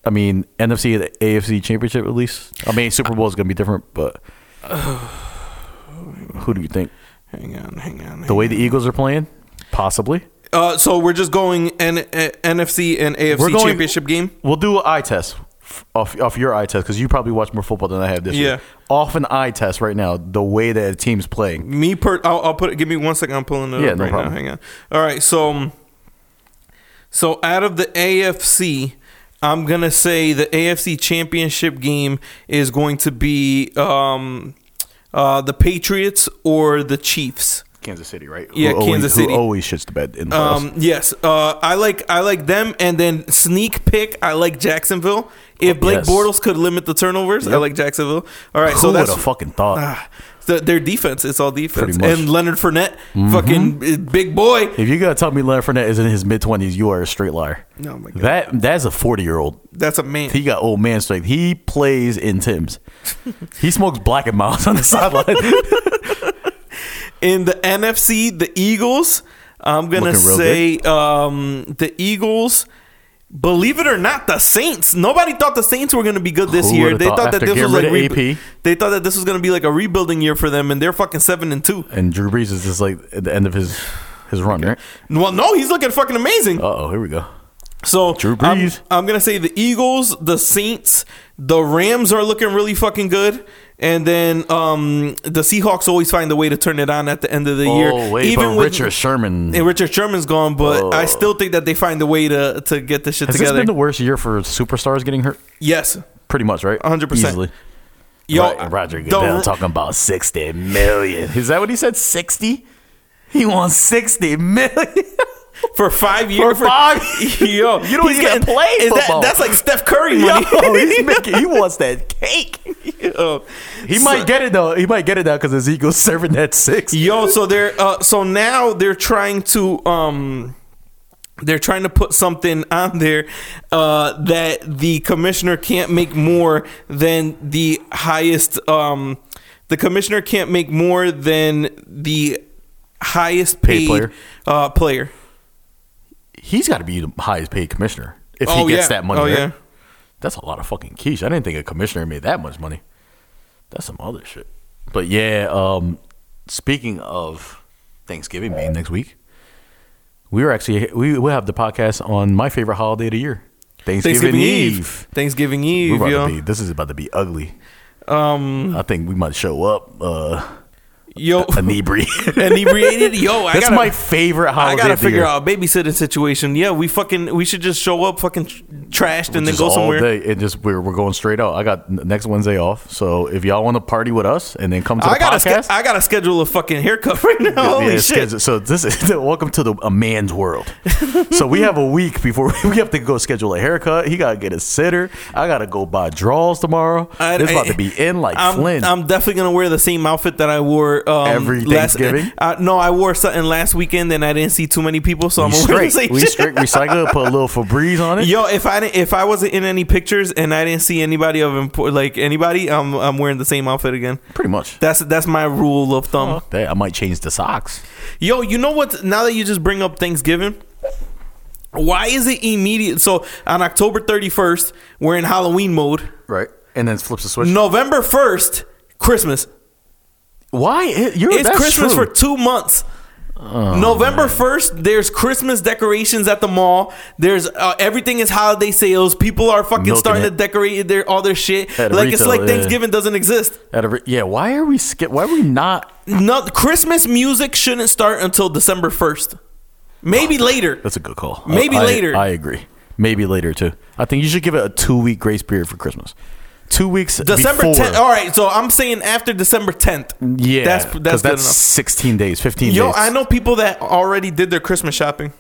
Speaker 2: I mean NFC and AFC championship at least. I mean Super Bowl is gonna be different, but who do you think?
Speaker 1: Hang on, hang on.
Speaker 2: The way the Eagles are playing? Possibly.
Speaker 1: uh, so we're just going N- uh, NFC and AFC
Speaker 2: We're going-
Speaker 1: championship game.
Speaker 2: We'll do an eye test f- off, off your eye test because you probably watch more football than I have this
Speaker 1: Yeah.
Speaker 2: year. Off an eye test right now, the way that a team's playing.
Speaker 1: Me per, I'll, I'll put it. Give me one second. I'm pulling it
Speaker 2: Yeah,
Speaker 1: up
Speaker 2: no
Speaker 1: right now.
Speaker 2: problem.
Speaker 1: Hang on. All right, so um, so out of the AFC, I'm gonna say the AFC championship game is going to be um, uh, the Patriots or the Chiefs.
Speaker 2: Kansas City, right?
Speaker 1: Yeah,
Speaker 2: always,
Speaker 1: Kansas City.
Speaker 2: Who always shits the bed in the playoffs.
Speaker 1: Um, yes, uh, I like I like them, and then sneak pick. I like Jacksonville. If Blake
Speaker 2: Oh, Yes.
Speaker 1: Bortles could limit the turnovers, I
Speaker 2: Yep.
Speaker 1: like Jacksonville. All right,
Speaker 2: Who
Speaker 1: so
Speaker 2: would
Speaker 1: that's
Speaker 2: have fucking thought?
Speaker 1: ah, the, their defense. It's all defense,
Speaker 2: Pretty much. Mm-hmm.
Speaker 1: and Leonard Fournette, fucking uh, big boy.
Speaker 2: if you gotta tell me Leonard Fournette is in his mid twenties, you are a straight liar.
Speaker 1: No, my God.
Speaker 2: That that's a forty year old.
Speaker 1: That's a man.
Speaker 2: He got old man strength. He plays in Tim's. he smokes black and miles on the sideline.
Speaker 1: In the NFC, the Eagles. I'm gonna
Speaker 2: Looking real
Speaker 1: say um, the Eagles. Believe it or not, the Saints. Nobody thought the Saints were gonna be good this
Speaker 2: Who
Speaker 1: year.
Speaker 2: would've
Speaker 1: They
Speaker 2: thought?
Speaker 1: thought that
Speaker 2: After
Speaker 1: this
Speaker 2: getting
Speaker 1: was
Speaker 2: rid
Speaker 1: like
Speaker 2: of
Speaker 1: re-
Speaker 2: AP.
Speaker 1: they thought that this was gonna be like a rebuilding year for them, and they're fucking seven and two.
Speaker 2: and Drew Brees is just like at the end of his his run, right?
Speaker 1: Well, no, he's looking fucking amazing.
Speaker 2: Uh oh, here we go.
Speaker 1: So
Speaker 2: Drew
Speaker 1: I'm-
Speaker 2: Brees.
Speaker 1: I'm, gonna say the Eagles, the Saints, the Rams are looking really fucking good, and then um, the Seahawks always find a way to turn it on at the end of the year.
Speaker 2: Oh wait, but
Speaker 1: with-
Speaker 2: Richard Sherman.
Speaker 1: and Richard Sherman's gone, but I still think that they find a way to to get this shit
Speaker 2: Has
Speaker 1: together.
Speaker 2: this been the worst year for superstars getting hurt?
Speaker 1: yes,
Speaker 2: Pretty much, right?
Speaker 1: 100%.
Speaker 2: Easily.
Speaker 1: yo,
Speaker 2: Ro- Roger
Speaker 1: the-
Speaker 2: Goodell talking about 60 million. Is that what he said? 60? He wants 60 million.
Speaker 1: for five years.
Speaker 2: For five
Speaker 1: yo,
Speaker 2: You don't
Speaker 1: he's
Speaker 2: even play
Speaker 1: is that-
Speaker 2: football.
Speaker 1: that's like Steph Curry
Speaker 2: Yo,
Speaker 1: money.
Speaker 2: he's making, he wants that cake.
Speaker 1: Yo.
Speaker 2: He might get it though. He might get it now because Ezekiel's serving that six.
Speaker 1: Yo, so they're uh, so now they're trying to um they're trying to put something on there uh, that the commissioner can't make more than the highest um the commissioner can't make more than the highest paid,
Speaker 2: Paid player.
Speaker 1: uh player.
Speaker 2: He's got to be the highest paid commissioner if
Speaker 1: Oh,
Speaker 2: he gets
Speaker 1: yeah.
Speaker 2: that money.
Speaker 1: Oh,
Speaker 2: right?
Speaker 1: yeah.
Speaker 2: That's a lot of fucking quiche. I didn't think a commissioner made that much money. That's some other shit. But yeah, um, speaking of Thanksgiving being next week, we are actually we will have the podcast on my favorite holiday of the year, Thanksgiving,
Speaker 1: Thanksgiving
Speaker 2: Eve.
Speaker 1: Eve. Thanksgiving
Speaker 2: We're
Speaker 1: Eve,
Speaker 2: about
Speaker 1: yo.
Speaker 2: to be, this is about to be ugly.
Speaker 1: um
Speaker 2: I think we might show up uh,
Speaker 1: yo
Speaker 2: inebriated.
Speaker 1: inebriated. Yo, I
Speaker 2: That's
Speaker 1: gotta,
Speaker 2: my favorite holiday.
Speaker 1: I gotta
Speaker 2: of the
Speaker 1: figure
Speaker 2: year.
Speaker 1: out a babysitting situation. Yeah, we fucking we should just show up fucking trashed and then
Speaker 2: Just
Speaker 1: go
Speaker 2: all
Speaker 1: somewhere.
Speaker 2: day, and just we're, we're going straight out. I got n- next Wednesday off, so if y'all want to party with us and then come to the
Speaker 1: I gotta,
Speaker 2: podcast,
Speaker 1: sch- I gotta schedule a fucking haircut right now. Holy
Speaker 2: Yeah,
Speaker 1: shit!
Speaker 2: schedule- So this is welcome to the a man's world. so we have a week before we have to go schedule a haircut. He gotta get a sitter. I gotta go buy draws tomorrow.
Speaker 1: I-
Speaker 2: it's about
Speaker 1: I-
Speaker 2: to be in like
Speaker 1: I'm,
Speaker 2: Flynn.
Speaker 1: I'm definitely gonna wear the same outfit that I wore um,
Speaker 2: Every
Speaker 1: last-
Speaker 2: Thanksgiving?
Speaker 1: uh, no, I wore something last weekend and I didn't see too many people, so I'm
Speaker 2: we
Speaker 1: gonna wear the
Speaker 2: straight.
Speaker 1: same
Speaker 2: We
Speaker 1: shit.
Speaker 2: straight recycle. Put a little Febreze on it.
Speaker 1: Yo, if I didn't, if I wasn't in any pictures and I didn't see anybody of import, like anybody, I'm I'm wearing the same outfit again.
Speaker 2: Pretty much.
Speaker 1: That's that's my rule of thumb.
Speaker 2: Fuck that. I might change the socks.
Speaker 1: Yo, you know what? Now that you just bring up Thanksgiving, why is it immediate? So on October 31st, we're in Halloween mode.
Speaker 2: Right. And then flips the switch.
Speaker 1: November 1st, Christmas.
Speaker 2: Why? It, you're,
Speaker 1: It's
Speaker 2: Oh, that's
Speaker 1: Christmas
Speaker 2: true. Oh,
Speaker 1: for two months. November 1st, there's Christmas decorations at the mall. There's uh, everything is holiday sales. People are fucking
Speaker 2: Milking
Speaker 1: starting
Speaker 2: it.
Speaker 1: to decorate their all their shit.
Speaker 2: At
Speaker 1: like it's
Speaker 2: retail,
Speaker 1: like
Speaker 2: yeah.
Speaker 1: Thanksgiving doesn't exist.
Speaker 2: At a re- yeah. Why are we skip? Why are we not?
Speaker 1: No Christmas music shouldn't start until December 1st. Maybe later.
Speaker 2: That's a good call. I-
Speaker 1: Maybe
Speaker 2: I-
Speaker 1: later.
Speaker 2: I agree. Maybe later too. I think you should give it a two week grace period for Christmas. Two weeks.
Speaker 1: December
Speaker 2: before.
Speaker 1: 10th. All right, so I'm saying after December 10th.
Speaker 2: Yeah,
Speaker 1: That's
Speaker 2: 'cause
Speaker 1: that's good enough.
Speaker 2: 16 days, 15
Speaker 1: Yo,
Speaker 2: days.
Speaker 1: I know people that already did their Christmas shopping.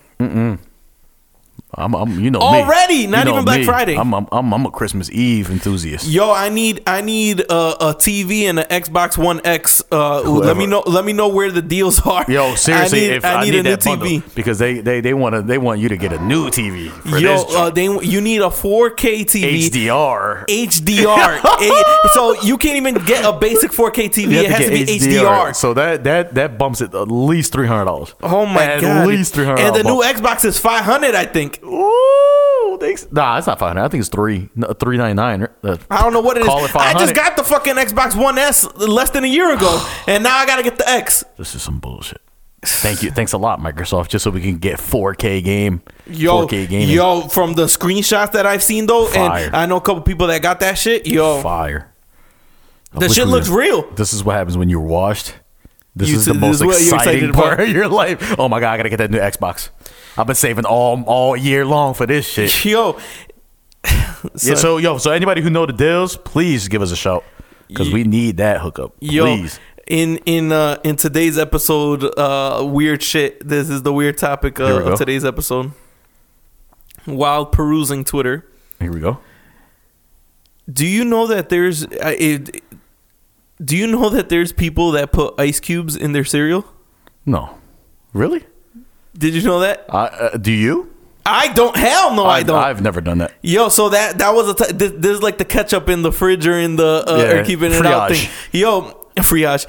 Speaker 2: I'm, I'm you know
Speaker 1: Already?
Speaker 2: me. You
Speaker 1: Not
Speaker 2: know
Speaker 1: even Black
Speaker 2: me.
Speaker 1: Friday.
Speaker 2: I'm, I'm I'm I'm a Christmas Eve enthusiast.
Speaker 1: Yo, I need I need uh, a TV and an Xbox One X. Uh, ooh, let
Speaker 2: Whoever.
Speaker 1: me know let me know where the deals are.
Speaker 2: Yo, seriously,
Speaker 1: I need,
Speaker 2: if
Speaker 1: I need, a new
Speaker 2: that bundle,
Speaker 1: TV.
Speaker 2: because they they they want to they want you to get a new TV for
Speaker 1: Yo,
Speaker 2: this
Speaker 1: uh, they you need a 4K TV.
Speaker 2: HDR.
Speaker 1: HDR. Eh, so you can't even get a basic 4K TV.
Speaker 2: You
Speaker 1: It
Speaker 2: have
Speaker 1: has to be
Speaker 2: get
Speaker 1: HDR.
Speaker 2: So that that that bumps it at least three hundred dollars.
Speaker 1: Oh my
Speaker 2: at
Speaker 1: god!
Speaker 2: At least three hundred.
Speaker 1: And the new Xbox is five hundred, I think.
Speaker 2: Ooh, they, nah, it's not five hundred. I think it's three three Uh, ninety nine.
Speaker 1: I don't know what it is.
Speaker 2: Call it
Speaker 1: I just
Speaker 2: 500.
Speaker 1: got the fucking Xbox One S less than a year ago, and now I gotta get the X.
Speaker 2: This is some bullshit. Thank you. Thanks a lot, Microsoft, just so we can get 4K game.
Speaker 1: Yo,
Speaker 2: 4K gaming.
Speaker 1: yo, from the screenshots that I've seen though,
Speaker 2: Fire.
Speaker 1: and I know a couple people that got that shit. Yo,
Speaker 2: Fire. I
Speaker 1: the
Speaker 2: wish
Speaker 1: shit
Speaker 2: we
Speaker 1: looks
Speaker 2: were-
Speaker 1: real.
Speaker 2: This is what happens when you're washed. This
Speaker 1: You
Speaker 2: is
Speaker 1: said
Speaker 2: the
Speaker 1: this
Speaker 2: most
Speaker 1: is what you're
Speaker 2: exciting
Speaker 1: excited about.
Speaker 2: part of your life. Oh my god, I gotta get that new Xbox. I've been saving all all year long for this shit.
Speaker 1: Yo,
Speaker 2: yeah, so yo, so anybody who know the deals, please give us a shout because we need that hookup.
Speaker 1: yo.
Speaker 2: Please.
Speaker 1: In in uh, in today's episode, uh, weird shit. This is the weird topic uh,
Speaker 2: Here we go.
Speaker 1: of today's episode. While perusing Twitter,
Speaker 2: Here we go.
Speaker 1: Do you know that there's I it, do you know that there's people that put ice cubes in their cereal?
Speaker 2: No, really?
Speaker 1: Did you know that?
Speaker 2: I, uh, do you?
Speaker 1: I don't. Hell no, I,
Speaker 2: I've-
Speaker 1: don't.
Speaker 2: I've never done that.
Speaker 1: Yo, so that that was a t- this, this is like the ketchup in the fridge or in the uh,
Speaker 2: Yeah,
Speaker 1: or keeping it out
Speaker 2: friage.
Speaker 1: thing. Yo, friage.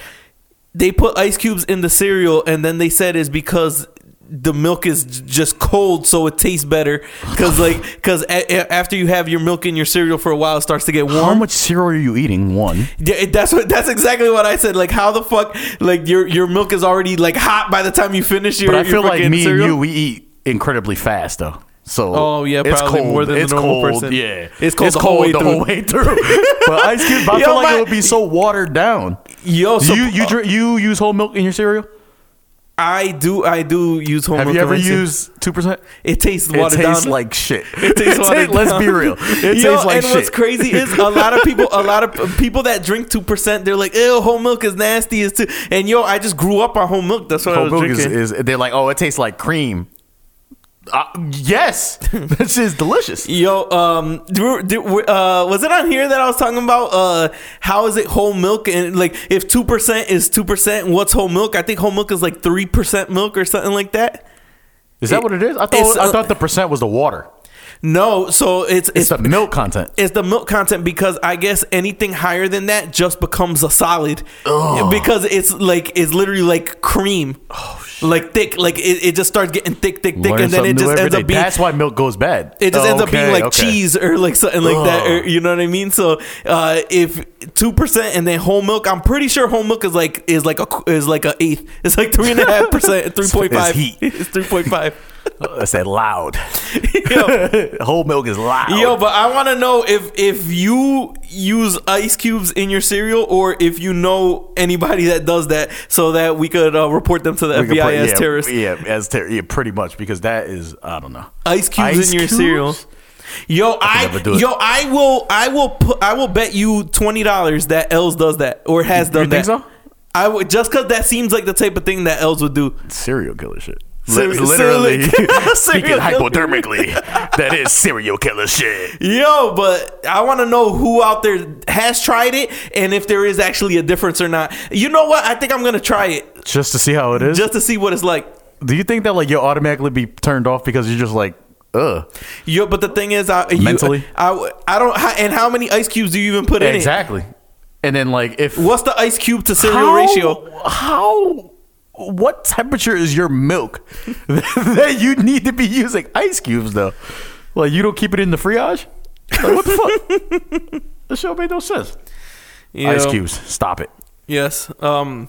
Speaker 1: They put ice cubes in the cereal, and then they said it's because the milk is j- just cold, so it tastes better. Because like because a- a- after you have your milk in your cereal for a while, it starts to get warm.
Speaker 2: How much cereal are you eating? One.
Speaker 1: Yeah, it- that's what. That's exactly what I said. Like, how the fuck? Like your your milk is already like hot by the time you finish your.
Speaker 2: But I
Speaker 1: your
Speaker 2: feel like
Speaker 1: fucking
Speaker 2: me
Speaker 1: cereal?
Speaker 2: and you, we eat incredibly fast though. So
Speaker 1: Oh, yeah, probably more than the normal person.
Speaker 2: Yeah,
Speaker 1: It's cold the whole way
Speaker 2: the whole way through. but ice cube, I
Speaker 1: Yo,
Speaker 2: feel like
Speaker 1: my-
Speaker 2: it would be so watered down.
Speaker 1: Yo, so uh,
Speaker 2: Do you you drink, you use whole milk in your cereal?
Speaker 1: I do. I do use home.
Speaker 2: Have
Speaker 1: milk
Speaker 2: you ever
Speaker 1: in my cereal.
Speaker 2: used two percent?
Speaker 1: It tastes
Speaker 2: It
Speaker 1: watered
Speaker 2: tastes
Speaker 1: down.
Speaker 2: like shit.
Speaker 1: It tastes watered
Speaker 2: Let's
Speaker 1: down.
Speaker 2: be real. It
Speaker 1: Yo,
Speaker 2: tastes like
Speaker 1: and
Speaker 2: shit.
Speaker 1: what's crazy is a lot of people, a lot of people that drink two percent, they're like, "Ew, whole milk is nasty." Is too. And yo, I just grew up on whole milk. That's what I
Speaker 2: Whole
Speaker 1: was
Speaker 2: milk is,
Speaker 1: drinking.
Speaker 2: is they're like, oh, it tastes like cream. Uh, yes, that shit's delicious.
Speaker 1: Yo, um, do, do, uh, was it on here that I was talking about? Uh, how is it whole milk and like if two percent is two percent, what's whole milk? I think whole milk is like three percent milk or something like that.
Speaker 2: Is that what it is? I
Speaker 1: It's,
Speaker 2: thought I
Speaker 1: uh,
Speaker 2: thought the percent was the water.
Speaker 1: No, so it's
Speaker 2: It's
Speaker 1: it's
Speaker 2: the
Speaker 1: it's,
Speaker 2: milk content.
Speaker 1: the milk content because I guess anything higher than that just becomes a solid because it's like it's literally like cream, like thick, like it, it just starts getting thick, thick, thick,
Speaker 2: Learn
Speaker 1: and then
Speaker 2: something
Speaker 1: it
Speaker 2: new
Speaker 1: just
Speaker 2: every
Speaker 1: ends
Speaker 2: day.
Speaker 1: up being
Speaker 2: That's why milk goes bad.
Speaker 1: It just ends up being
Speaker 2: Okay,
Speaker 1: like
Speaker 2: okay.
Speaker 1: cheese or like something like that.
Speaker 2: Ugh.
Speaker 1: Or, you know what I mean? So uh, if two percent and then whole milk, I'm pretty sure whole milk is like is like a qu- is like a eighth. It's like three and a half percent, three point five.
Speaker 2: heat.
Speaker 1: It's three point five.
Speaker 2: I said loud.
Speaker 1: Yo,
Speaker 2: Whole milk is loud.
Speaker 1: yo, but I want to know if if you use ice cubes in your cereal or if you know anybody that does that, so that we could uh, report them to the
Speaker 2: We could
Speaker 1: FBI
Speaker 2: put-
Speaker 1: as
Speaker 2: yeah,
Speaker 1: terrorists.
Speaker 2: Yeah, as ter- yeah, pretty much because that is I don't know.
Speaker 1: Ice cubes
Speaker 2: Ice
Speaker 1: in your
Speaker 2: cubes?
Speaker 1: cereal. Yo, I,
Speaker 2: never do it.
Speaker 1: yo, I will, I will, put, I will bet you twenty dollars that Els does that or has done
Speaker 2: you think
Speaker 1: that.
Speaker 2: so?
Speaker 1: I would just because that seems like the type of thing that Els would do.
Speaker 2: serial killer shit.
Speaker 1: Seri-
Speaker 2: Li- literally
Speaker 1: serial-
Speaker 2: speaking
Speaker 1: serial killer.
Speaker 2: hypothermically, that is serial killer shit.
Speaker 1: Yo, but I want to know who out there has tried it and if there is actually a difference or not. You know what? I think I'm gonna try it
Speaker 2: Just to see how it is.
Speaker 1: just to see what it's like.
Speaker 2: Do you think that like you'll automatically be turned off because you're just like, ugh?
Speaker 1: Yo, but the thing is, I you,
Speaker 2: Mentally?
Speaker 1: I, I don't. how- And how many ice cubes do you even put in it?
Speaker 2: exactly. And then like if
Speaker 1: What's the ice cube to cereal
Speaker 2: how,
Speaker 1: ratio?
Speaker 2: How? What temperature is your milk that you need to be using ice cubes though? Like you don't keep it in the friage? Like, what the fuck? The show made no sense. Ice
Speaker 1: Yo.
Speaker 2: cubes, stop it.
Speaker 1: Yes. Um.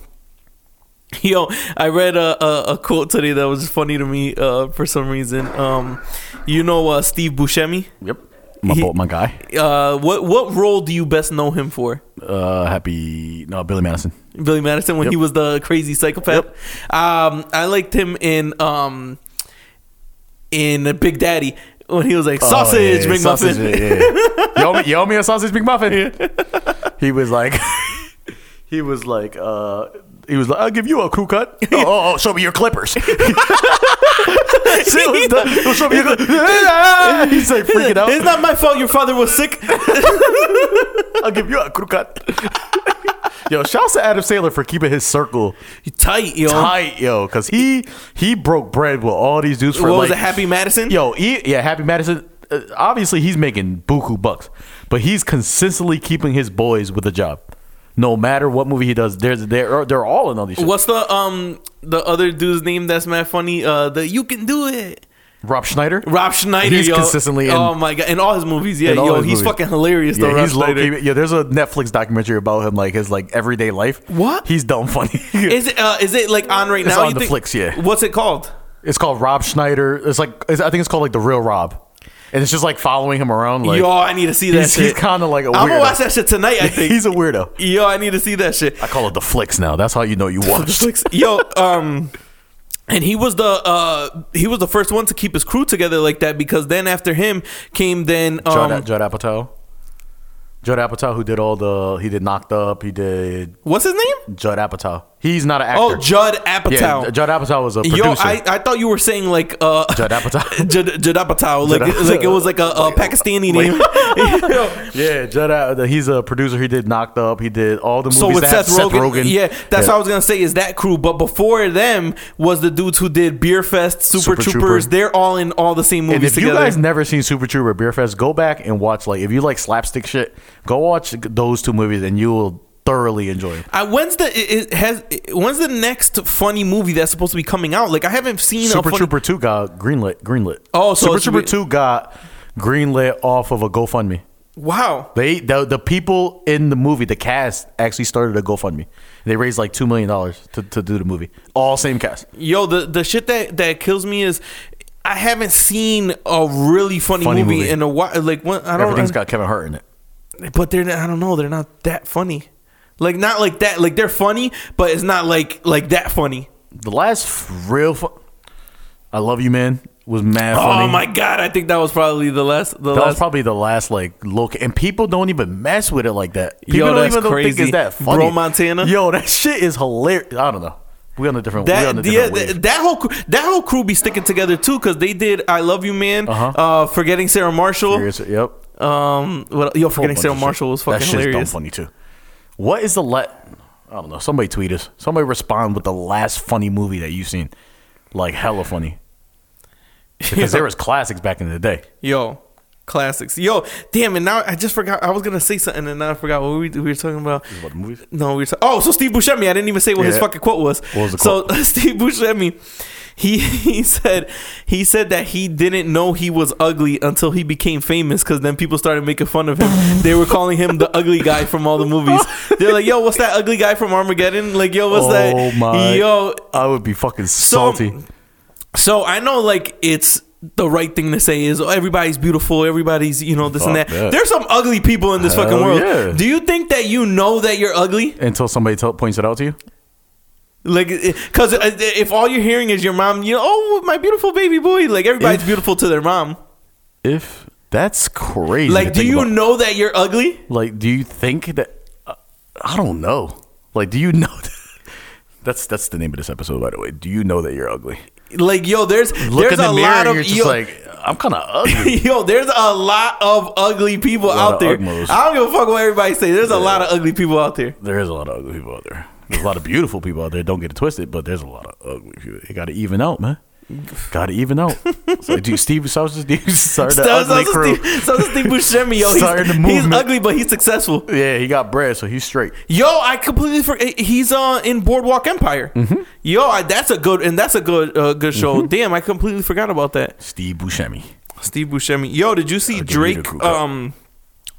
Speaker 1: Yo, I read a, a, a quote today that was funny to me uh, for some reason. Um, you know uh, Steve Buscemi.
Speaker 2: Yep. My,
Speaker 1: He-
Speaker 2: bo- my guy.
Speaker 1: Uh, what what role do you best know him for?
Speaker 2: uh, happy no Billy Madison.
Speaker 1: Billy Madison when he was the crazy psychopath. Um, I liked him in um, in Big Daddy when he was like Oh, sausage, McMuffin.
Speaker 2: Sausage, Oh, yeah, yeah. you, owe me, you owe me a sausage McMuffin. He was like, he was like, uh, he was like, I'll give you a crew cut. oh, oh, oh, show me your clippers. Shit was done. He'll show me your clippers. He's like freaking
Speaker 1: It's
Speaker 2: out.
Speaker 1: not my fault your father was sick.
Speaker 2: I'll give you a crew cut. Yo, shouts to Adam Sandler for keeping his circle
Speaker 1: Tight, yo.
Speaker 2: tight, yo, because he he broke bread with all these dudes for
Speaker 1: What was
Speaker 2: like
Speaker 1: it, Happy Madison?
Speaker 2: Yo, he, yeah, Happy Madison. Uh, obviously, he's making buku bucks, but he's consistently keeping his boys with a job. No matter what movie he does, there's they're they're all in all these. Shit.
Speaker 1: What's the um the other dude's name that's mad funny? Uh, the you can do it.
Speaker 2: Rob Schneider.
Speaker 1: Rob Schneider.
Speaker 2: He's
Speaker 1: yo.
Speaker 2: consistently in-
Speaker 1: oh my god, in all his movies. Yeah,
Speaker 2: in all
Speaker 1: yo,
Speaker 2: his
Speaker 1: he's
Speaker 2: movies.
Speaker 1: fucking hilarious. though,
Speaker 2: Yeah,
Speaker 1: Rob
Speaker 2: he's low
Speaker 1: Schneider.
Speaker 2: key. Yeah, there's a Netflix documentary about him, like his like everyday life.
Speaker 1: What?
Speaker 2: he's dumb funny.
Speaker 1: Is it uh, is it like on right
Speaker 2: It's
Speaker 1: now?
Speaker 2: on
Speaker 1: you
Speaker 2: the
Speaker 1: think?
Speaker 2: flicks, yeah.
Speaker 1: What's it called?
Speaker 2: it's called Rob Schneider. It's like it's, I think it's called like the real Rob, and it's just like following him around. Like
Speaker 1: yo, I need to see that.
Speaker 2: he's,
Speaker 1: shit.
Speaker 2: he's kind of like a weirdo.
Speaker 1: I'm gonna watch that shit tonight. I think.
Speaker 2: he's a weirdo.
Speaker 1: yo, I need to see that shit.
Speaker 2: I call it the flicks now. That's how you know you watched.
Speaker 1: Netflix. Yo, um, and he was the uh he was the first one to keep his crew together like that because then after him came then
Speaker 2: Judd,
Speaker 1: um
Speaker 2: Judd Apatow. Judd Apatow, who did all the, he did Knocked Up, he did
Speaker 1: what's his name?
Speaker 2: Judd Apatow. He's not an actor.
Speaker 1: Oh, Judd Apatow.
Speaker 2: Yeah, Judd Apatow was a producer.
Speaker 1: Yo, I, I thought you were saying like uh
Speaker 2: Judd Apatow.
Speaker 1: Jad- Judd Apatow, like
Speaker 2: Judd Apatow.
Speaker 1: like it was like a, a Pakistani name. Yo,
Speaker 2: yeah, Judd. Apatow, he's a producer. He did Knocked Up. He did all the movies.
Speaker 1: so with
Speaker 2: that had
Speaker 1: Seth, Rogen, yeah, that's
Speaker 2: Yeah.
Speaker 1: what I was gonna say is that crew. But before them was the dudes who did Beer Fest, Super,
Speaker 2: Super Trooper.
Speaker 1: Troopers. They're all in all the same
Speaker 2: And
Speaker 1: movies
Speaker 2: if you
Speaker 1: together.
Speaker 2: guys never seen Super Trooper Beer Fest, go back and watch. Like, if you like slapstick shit, go watch those two movies, and you will thoroughly enjoy them.
Speaker 1: I, when's the it, it has when's the next funny movie that's supposed to be coming out? Like I haven't seen a
Speaker 2: Super
Speaker 1: funny,
Speaker 2: Trooper Two got greenlit. Greenlit.
Speaker 1: Oh, so
Speaker 2: Super
Speaker 1: it's-
Speaker 2: Trooper Two got greenlit off of a GoFundMe.
Speaker 1: Wow,
Speaker 2: They the, the people in the movie, the cast actually started a GoFundMe. They raised like two million dollars to, to do the movie. All same cast.
Speaker 1: yo, the the shit that that kills me is I haven't seen a really funny,
Speaker 2: Funny
Speaker 1: movie,
Speaker 2: movie.
Speaker 1: in a while. Like when, I don't,
Speaker 2: Everything's got Kevin Hart in it.
Speaker 1: but they're not- I don't know, they're not that funny. Like not like that. Like they're funny, but it's not like like that funny.
Speaker 2: The last f- real, fu- I love you, man, was mad funny.
Speaker 1: Oh my god, I think that was probably the last the
Speaker 2: That was
Speaker 1: last.
Speaker 2: probably the last like look, and people don't even mess with it like that. People don't
Speaker 1: that's
Speaker 2: even don't think
Speaker 1: crazy.
Speaker 2: it's that
Speaker 1: Bro
Speaker 2: funny.
Speaker 1: Montana?
Speaker 2: yo, that shit is hilarious. I don't know. We on a different. we on a
Speaker 1: That yeah,
Speaker 2: different wave.
Speaker 1: that, that whole cr- that whole crew be sticking together too because they did I love you man, uh
Speaker 2: Uh-huh.
Speaker 1: forgetting Sarah Marshall,
Speaker 2: Serious- Yep.
Speaker 1: Um, what, yo, forgetting
Speaker 2: bunch
Speaker 1: Sarah
Speaker 2: of shit.
Speaker 1: Marshall was
Speaker 2: that
Speaker 1: fucking
Speaker 2: shit's dumb
Speaker 1: hilarious.
Speaker 2: funny too. What is the let? I don't know. Somebody tweet us. Somebody respond with the last funny movie that you've seen, like hella funny. Because there was classics back in the day.
Speaker 1: Yo, classics. Yo, damn it. Now I just forgot. I was gonna say something and now I forgot what we, we were talking about.
Speaker 2: About the movies.
Speaker 1: No, we were. Ta- oh, so Steve Buscemi. I didn't even say what his
Speaker 2: Yeah.
Speaker 1: fucking quote was.
Speaker 2: What was the
Speaker 1: So Steve Buscemi, he he said he said that he didn't know he was ugly until he became famous because then people started making fun of him. they were calling him the ugly guy from all the movies. They're like, yo, what's that ugly guy from Armageddon? Like, yo, what's that?
Speaker 2: Oh my-
Speaker 1: Yo,
Speaker 2: I would be fucking salty.
Speaker 1: so I know like it's the right thing to say is oh, everybody's beautiful, everybody's you know this and
Speaker 2: Fuck
Speaker 1: that.
Speaker 2: that.
Speaker 1: There's some ugly people in this
Speaker 2: Hell
Speaker 1: fucking world.
Speaker 2: yeah.
Speaker 1: Do you think that you know that you're ugly?
Speaker 2: Until somebody tell points it out to you.
Speaker 1: Like, eh, because if all you're hearing is your mom, you know, oh my beautiful baby boy, like everybody's
Speaker 2: If-
Speaker 1: beautiful to their mom.
Speaker 2: If That's crazy. to
Speaker 1: Like, do
Speaker 2: think
Speaker 1: you
Speaker 2: about.
Speaker 1: know that you're ugly?
Speaker 2: Like, do you think that? uh, I don't know. Like, do you know? That, that's that's the name of this episode, by the way. Do you know that you're ugly?
Speaker 1: Like, yo, there's
Speaker 2: Look
Speaker 1: there's
Speaker 2: in the
Speaker 1: a
Speaker 2: mirror,
Speaker 1: lot of
Speaker 2: you're just
Speaker 1: yo,
Speaker 2: like, I'm kind of ugly.
Speaker 1: yo, there's a lot of ugly people
Speaker 2: lot
Speaker 1: out
Speaker 2: of
Speaker 1: there.
Speaker 2: ugmos.
Speaker 1: I don't give a fuck what everybody say. There's a lot of ugly people out there.
Speaker 2: there is a lot of ugly people out there. There's a lot of beautiful people out there. Don't get it twisted, but there's a lot of ugly people. You got to even out, man. Got to even out. So, do you, Steve Sauce? Do you start the
Speaker 1: Sounds
Speaker 2: ugly
Speaker 1: like
Speaker 2: crew?
Speaker 1: Steve, sounds like Steve Buscemi, yo.
Speaker 2: Started the
Speaker 1: He's, he's
Speaker 2: movement.
Speaker 1: ugly, but he's successful.
Speaker 2: Yeah, he got bread, so he's straight.
Speaker 1: Yo, I completely forgot. He's uh, in Boardwalk Empire.
Speaker 2: Mm-hmm.
Speaker 1: Yo, I, that's a good and that's a good uh, good show. Damn, I completely forgot about that.
Speaker 2: Steve Buscemi.
Speaker 1: Steve Buscemi. Yo, did you see
Speaker 2: give you the
Speaker 1: Drake?
Speaker 2: crew cut.
Speaker 1: Um,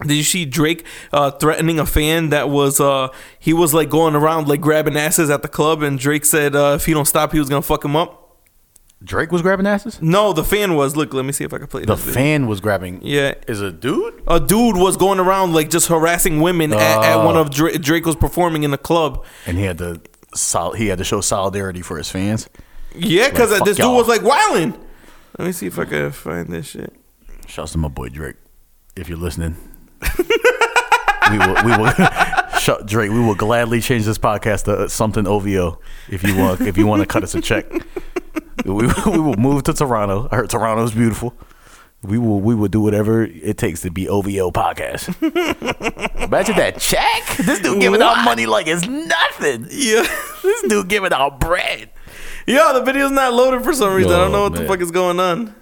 Speaker 1: did you see Drake uh, threatening a fan that was uh he was like going around like grabbing asses at the club and Drake said uh, if he don't stop he was gonna fuck him up.
Speaker 2: Drake was grabbing asses.
Speaker 1: No, the fan was. Look, let me see if I can play
Speaker 2: The
Speaker 1: this. video.
Speaker 2: fan was grabbing.
Speaker 1: Yeah.
Speaker 2: is a dude.
Speaker 1: a dude was going around like just harassing women at,
Speaker 2: Oh.
Speaker 1: at one of Drake, Drake was performing in the club.
Speaker 2: and he had to sol- he had to show solidarity for his fans.
Speaker 1: Yeah, because
Speaker 2: Like, fuck
Speaker 1: this dude
Speaker 2: y'all.
Speaker 1: was like wilding. Let me see if I can find this shit.
Speaker 2: Shouts to my boy Drake, if you're listening. we will, we will shut Drake. We will gladly change this podcast to something OVO if you want if you want to cut us a check. We, we will move to Toronto. I heard Toronto's beautiful. We will we will do whatever it takes to be OVO podcast. Imagine that check. This dude giving out money like it's nothing.
Speaker 1: Yeah.
Speaker 2: This dude giving out bread.
Speaker 1: Yo, the video's not loaded for some reason. I don't know
Speaker 2: Oh,
Speaker 1: what the
Speaker 2: man.
Speaker 1: fuck is going on.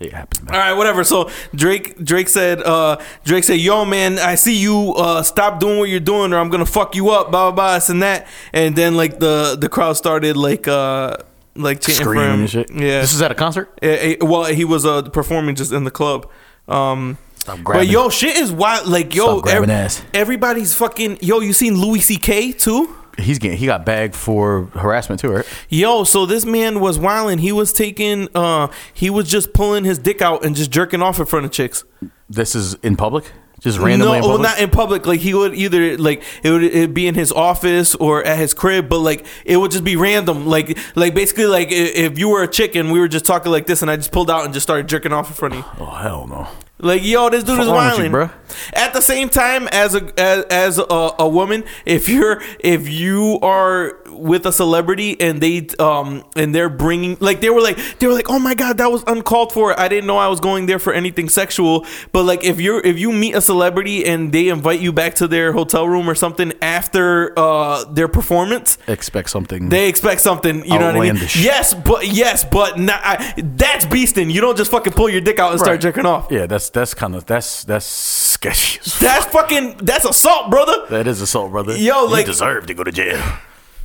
Speaker 2: It happened.
Speaker 1: All right, whatever. So Drake Drake said uh Drake said, "Yo man, I see you uh stop doing what you're doing or I'm going to fuck you up." blah blah blah this and that. And then like the the crowd started like uh like chanting for
Speaker 2: Screaming
Speaker 1: him.
Speaker 2: and shit.
Speaker 1: Yeah.
Speaker 2: This is at a concert.
Speaker 1: Eh, eh, well, he was uh, performing just in the club. Um,
Speaker 2: Stop
Speaker 1: but
Speaker 2: grabbing.
Speaker 1: yo, shit is wild. Like yo,
Speaker 2: Stop grabbing ass.
Speaker 1: everybody's fucking. Yo, you seen Louis C.K. too?
Speaker 2: He's getting he got bagged for harassment too, right?
Speaker 1: Yo, so this man was wilding. He was taking. Uh, he was just pulling his dick out and just jerking off in front of chicks.
Speaker 2: This is in public, just randomly. in
Speaker 1: no, well,
Speaker 2: public?
Speaker 1: not in public. Like he would either like it would it'd be in his office or at his crib, but like it would just be random. Like like basically like i- if you were a chick and we were just talking like this, and I just pulled out and just started jerking off in front of you.
Speaker 2: oh hell no!
Speaker 1: Like yo, this dude is
Speaker 2: wrong with
Speaker 1: wilding,
Speaker 2: you, bruh?
Speaker 1: At the same time, as a as, as a, a woman, if you're if you are with a celebrity and they um and they're bringing like they were like they were like oh my god that was uncalled for I didn't know I was going there for anything sexual but like if you're if you meet a celebrity and they invite you back to their hotel room or something after uh their performance
Speaker 2: Expect something.
Speaker 1: they expect something, you know what I mean?
Speaker 2: Outlandish.
Speaker 1: Yes, but yes, but not, I, that's beasting. You don't just fucking pull your dick out and start
Speaker 2: Right.
Speaker 1: jerking off.
Speaker 2: yeah, that's that's kind of that's that's sketchy. as f-
Speaker 1: That's fucking. That's assault, brother.
Speaker 2: That is assault, brother.
Speaker 1: Yo, like-
Speaker 2: you deserve to go to jail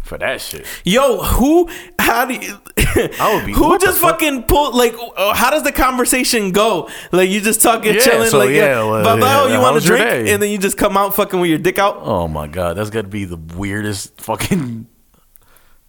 Speaker 2: for that shit.
Speaker 1: Yo, who? How do? You,
Speaker 2: I would be-
Speaker 1: who
Speaker 2: what the
Speaker 1: just
Speaker 2: fuck?
Speaker 1: fucking pull? Like, uh, how does the conversation go? Like, you just talking,
Speaker 2: Yeah,
Speaker 1: chilling,
Speaker 2: so
Speaker 1: like,
Speaker 2: yeah,
Speaker 1: yeah,
Speaker 2: well,
Speaker 1: blah, blah,
Speaker 2: yeah,
Speaker 1: oh, you
Speaker 2: how
Speaker 1: want
Speaker 2: was
Speaker 1: to
Speaker 2: your
Speaker 1: drink,
Speaker 2: day?
Speaker 1: and then you just come out fucking with your dick out.
Speaker 2: Oh my god, that's got to be the weirdest fucking.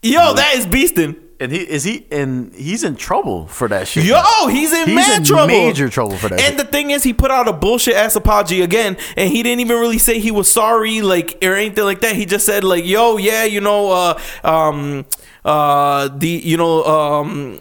Speaker 1: Yo, that is beasting.
Speaker 2: And he is he and he's in trouble for that shit.
Speaker 1: Yo, oh, he's in
Speaker 2: He's
Speaker 1: mad
Speaker 2: in
Speaker 1: trouble.
Speaker 2: major trouble for that
Speaker 1: And
Speaker 2: shit.
Speaker 1: the thing is, he put out a bullshit ass apology again, and he didn't even really say he was sorry, like or anything like that. He just said like, "Yo, yeah, you know, uh, um, uh, the, you know, um."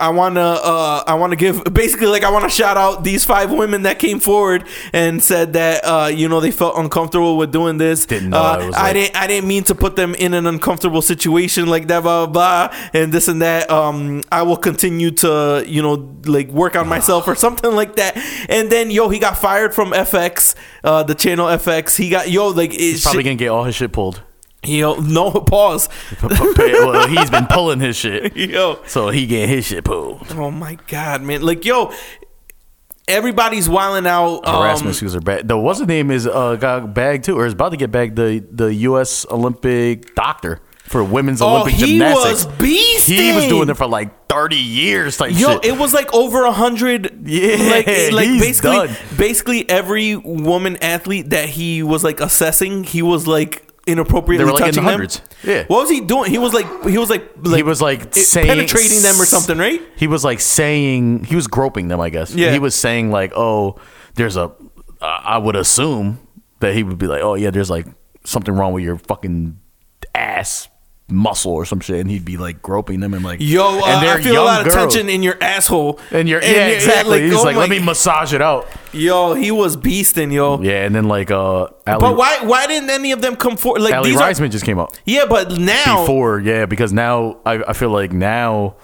Speaker 1: I wanna, uh, I wanna give basically like I wanna shout out these five women that came forward and said that uh, you know they felt uncomfortable with doing this.
Speaker 2: Didn't know
Speaker 1: uh,
Speaker 2: I was
Speaker 1: I
Speaker 2: like-
Speaker 1: didn't, I didn't mean to put them in an uncomfortable situation like that, blah blah, blah and this and that. Um, I will continue to you know like work on myself or something like that. And then yo, he got fired from FX, uh, the channel FX. He got yo like it's
Speaker 2: probably gonna get all his shit pulled.
Speaker 1: yo no pause,
Speaker 2: well, he's been pulling his shit,
Speaker 1: yo.
Speaker 2: so he get his shit pulled.
Speaker 1: Oh my god, man! Like yo, everybody's wilding out. Um,
Speaker 2: harassment suits are bad. The what's his name is uh got bagged too, or is about to get bagged. The the U.S. Olympic doctor for women's
Speaker 1: Oh,
Speaker 2: Olympic
Speaker 1: he
Speaker 2: gymnastics.
Speaker 1: was beasting.
Speaker 2: He was doing it for like thirty years. Type
Speaker 1: Yo,
Speaker 2: shit.
Speaker 1: it was like over a hundred.
Speaker 2: Yeah,
Speaker 1: like, like
Speaker 2: he's
Speaker 1: basically,
Speaker 2: done.
Speaker 1: basically every woman athlete that he was like assessing, he was like inappropriately
Speaker 2: They were, like, in the
Speaker 1: touching
Speaker 2: hundreds.
Speaker 1: them.
Speaker 2: Yeah.
Speaker 1: what was he doing? He was like, he was like, like
Speaker 2: he was like
Speaker 1: it-
Speaker 2: saying
Speaker 1: penetrating them or something, right?
Speaker 2: He was like saying he was groping them. I guess.
Speaker 1: Yeah.
Speaker 2: He was saying like, oh, there's a. I I would assume that he would be like, oh yeah, there's like something wrong with your fucking ass muscle or some shit, and he'd be like groping them and like
Speaker 1: Yo, uh,
Speaker 2: and
Speaker 1: I
Speaker 2: they're
Speaker 1: feel a
Speaker 2: young
Speaker 1: lot of
Speaker 2: girls.
Speaker 1: tension in your asshole.
Speaker 2: And you're,
Speaker 1: And
Speaker 2: yeah,
Speaker 1: you're-
Speaker 2: exactly. He's
Speaker 1: oh
Speaker 2: like,
Speaker 1: my-
Speaker 2: let me massage it out.
Speaker 1: Yo, he was beasting, yo.
Speaker 2: Yeah, and then like uh, Ali,
Speaker 1: But why? Why didn't any of them come forward? Like
Speaker 2: Ali
Speaker 1: these are.
Speaker 2: Reisman just came out
Speaker 1: Yeah, but now,
Speaker 2: before. Yeah, because now I, I feel like now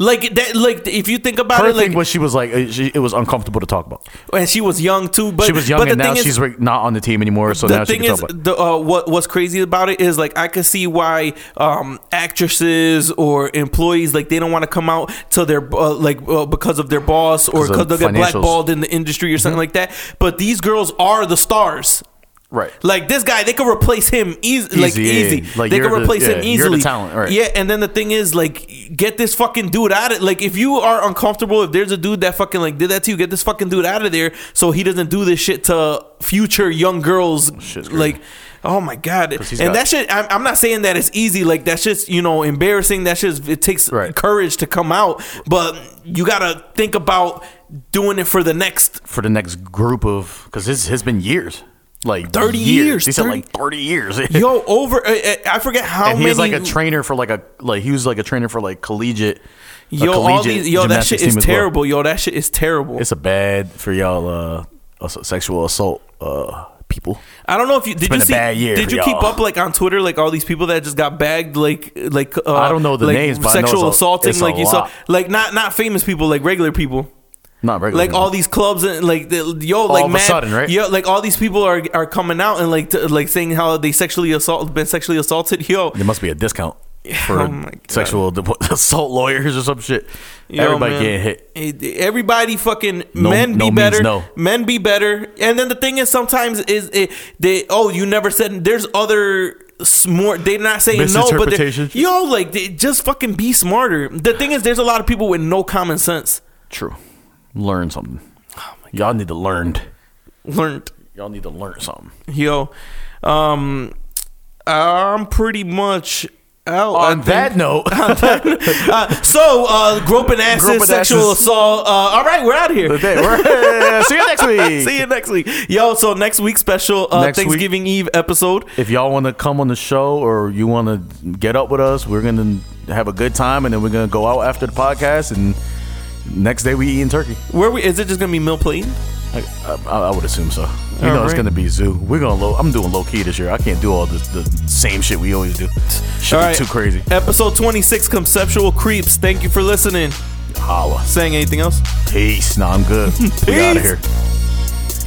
Speaker 1: like that, like if you think about
Speaker 2: her
Speaker 1: it, like
Speaker 2: thing was she was like uh, she, it was uncomfortable to talk about.
Speaker 1: and she was young too. But
Speaker 2: She was young
Speaker 1: but the
Speaker 2: and now
Speaker 1: thing is-
Speaker 2: she's like not on the team anymore. So
Speaker 1: the
Speaker 2: now she
Speaker 1: thing
Speaker 2: can
Speaker 1: is,
Speaker 2: talk about. it.
Speaker 1: the, uh, what what's crazy about it is like I could see why um, actresses or employees like they don't want to come out to their uh, like uh, because of their boss or
Speaker 2: 'Cause of
Speaker 1: because they get
Speaker 2: financials. Mm-hmm.
Speaker 1: blackballed in the industry or something like that. But these girls are the stars.
Speaker 2: Right.
Speaker 1: Like this guy, they could replace him easy, like
Speaker 2: Easy, yeah,
Speaker 1: easy.
Speaker 2: yeah. Like,
Speaker 1: they
Speaker 2: you're
Speaker 1: could
Speaker 2: the-
Speaker 1: replace
Speaker 2: yeah,
Speaker 1: him
Speaker 2: you're the
Speaker 1: easily.
Speaker 2: talent, right.
Speaker 1: Yeah, and then the thing is, like, get this fucking dude out of like. If you are uncomfortable, if there's a dude that fucking like did that to you, get this fucking dude out of there, so he doesn't do this shit to future young girls.
Speaker 2: Shit's crazy.
Speaker 1: like, oh my god,
Speaker 2: he's
Speaker 1: and
Speaker 2: got-
Speaker 1: that shit. I'm, I'm not saying that it's easy. Like that's just you know embarrassing. That's just it takes
Speaker 2: Right.
Speaker 1: courage to come out, but you gotta think about doing it for the next
Speaker 2: for the next group of because this has been years, like
Speaker 1: 30 years,
Speaker 2: He said
Speaker 1: 30
Speaker 2: like thirty years.
Speaker 1: yo over. I, I- I forget how
Speaker 2: and he
Speaker 1: many.
Speaker 2: was like a trainer for like a like he was like a trainer for like collegiate. a
Speaker 1: Yo, all
Speaker 2: collegiate
Speaker 1: these, yo, that shit
Speaker 2: gymnastics team
Speaker 1: is
Speaker 2: as well.
Speaker 1: terrible. Yo, that shit is terrible.
Speaker 2: It's a bad for y'all uh ass- sexual assault uh people.
Speaker 1: I don't know if you did
Speaker 2: been
Speaker 1: you
Speaker 2: a
Speaker 1: see.
Speaker 2: bad year
Speaker 1: did
Speaker 2: for
Speaker 1: you keep
Speaker 2: y'all.
Speaker 1: up like on Twitter, like all these people that just got bagged, like like uh,
Speaker 2: I don't know the
Speaker 1: like,
Speaker 2: names, but I know
Speaker 1: sexual
Speaker 2: it's a-
Speaker 1: assaulting,
Speaker 2: it's a
Speaker 1: like you saw,
Speaker 2: lot.
Speaker 1: like not not famous people, like regular people.
Speaker 2: Not regular.
Speaker 1: Like all these clubs and like the, yo, like
Speaker 2: of a
Speaker 1: mad-
Speaker 2: sudden, right?
Speaker 1: Yo, like all these people are are coming out and like to, like saying how they sexually assault been sexually assaulted. Yo,
Speaker 2: There must be a discount for
Speaker 1: Oh my God.
Speaker 2: sexual d- assault lawyers or some shit.
Speaker 1: Yo,
Speaker 2: Everybody
Speaker 1: man.
Speaker 2: getting hit.
Speaker 1: It- Eh, Everybody fucking
Speaker 2: No-
Speaker 1: men be
Speaker 2: no means
Speaker 1: better.
Speaker 2: no.
Speaker 1: Men be better. And then the thing is, sometimes is it, they oh you never said there's other s- more they're not saying no but they're-
Speaker 2: Misinterpretation.
Speaker 1: yo like they, just fucking be smarter. The thing is, there's a lot of people with no common sense.
Speaker 2: True. Learn something.
Speaker 1: Oh
Speaker 2: Y'all need to learn.
Speaker 1: Learned
Speaker 2: Y'all need to learn something.
Speaker 1: yo, um, I'm pretty much out I
Speaker 2: On
Speaker 1: think.
Speaker 2: that note,
Speaker 1: Uh, so uh, groping asses,
Speaker 2: Groping
Speaker 1: sexual
Speaker 2: asses.
Speaker 1: assault. Uh, all right, we're out of here.
Speaker 2: Okay, we're- see you next week.
Speaker 1: See you next week. Yo, so next week's special uh,
Speaker 2: Next week.
Speaker 1: Thanksgiving Eve episode.
Speaker 2: if y'all want to come on the show or you want to get up with us, we're gonna have a good time, and then we're gonna go out after the podcast. And next day we eating turkey.
Speaker 1: Where we is it just gonna be meal plate?
Speaker 2: I, I, I would assume so. You
Speaker 1: All
Speaker 2: know, it's
Speaker 1: right.
Speaker 2: gonna be zoo. We're gonna low. I'm doing low key this year. I can't do all the, the same shit we always do. Shit
Speaker 1: All
Speaker 2: be
Speaker 1: right.
Speaker 2: too crazy.
Speaker 1: Episode 26 Conceptual Creeps. Thank you for listening.
Speaker 2: Holla.
Speaker 1: Saying anything else?
Speaker 2: Peace. Nah, I'm good. We out of
Speaker 1: Peace.
Speaker 2: here.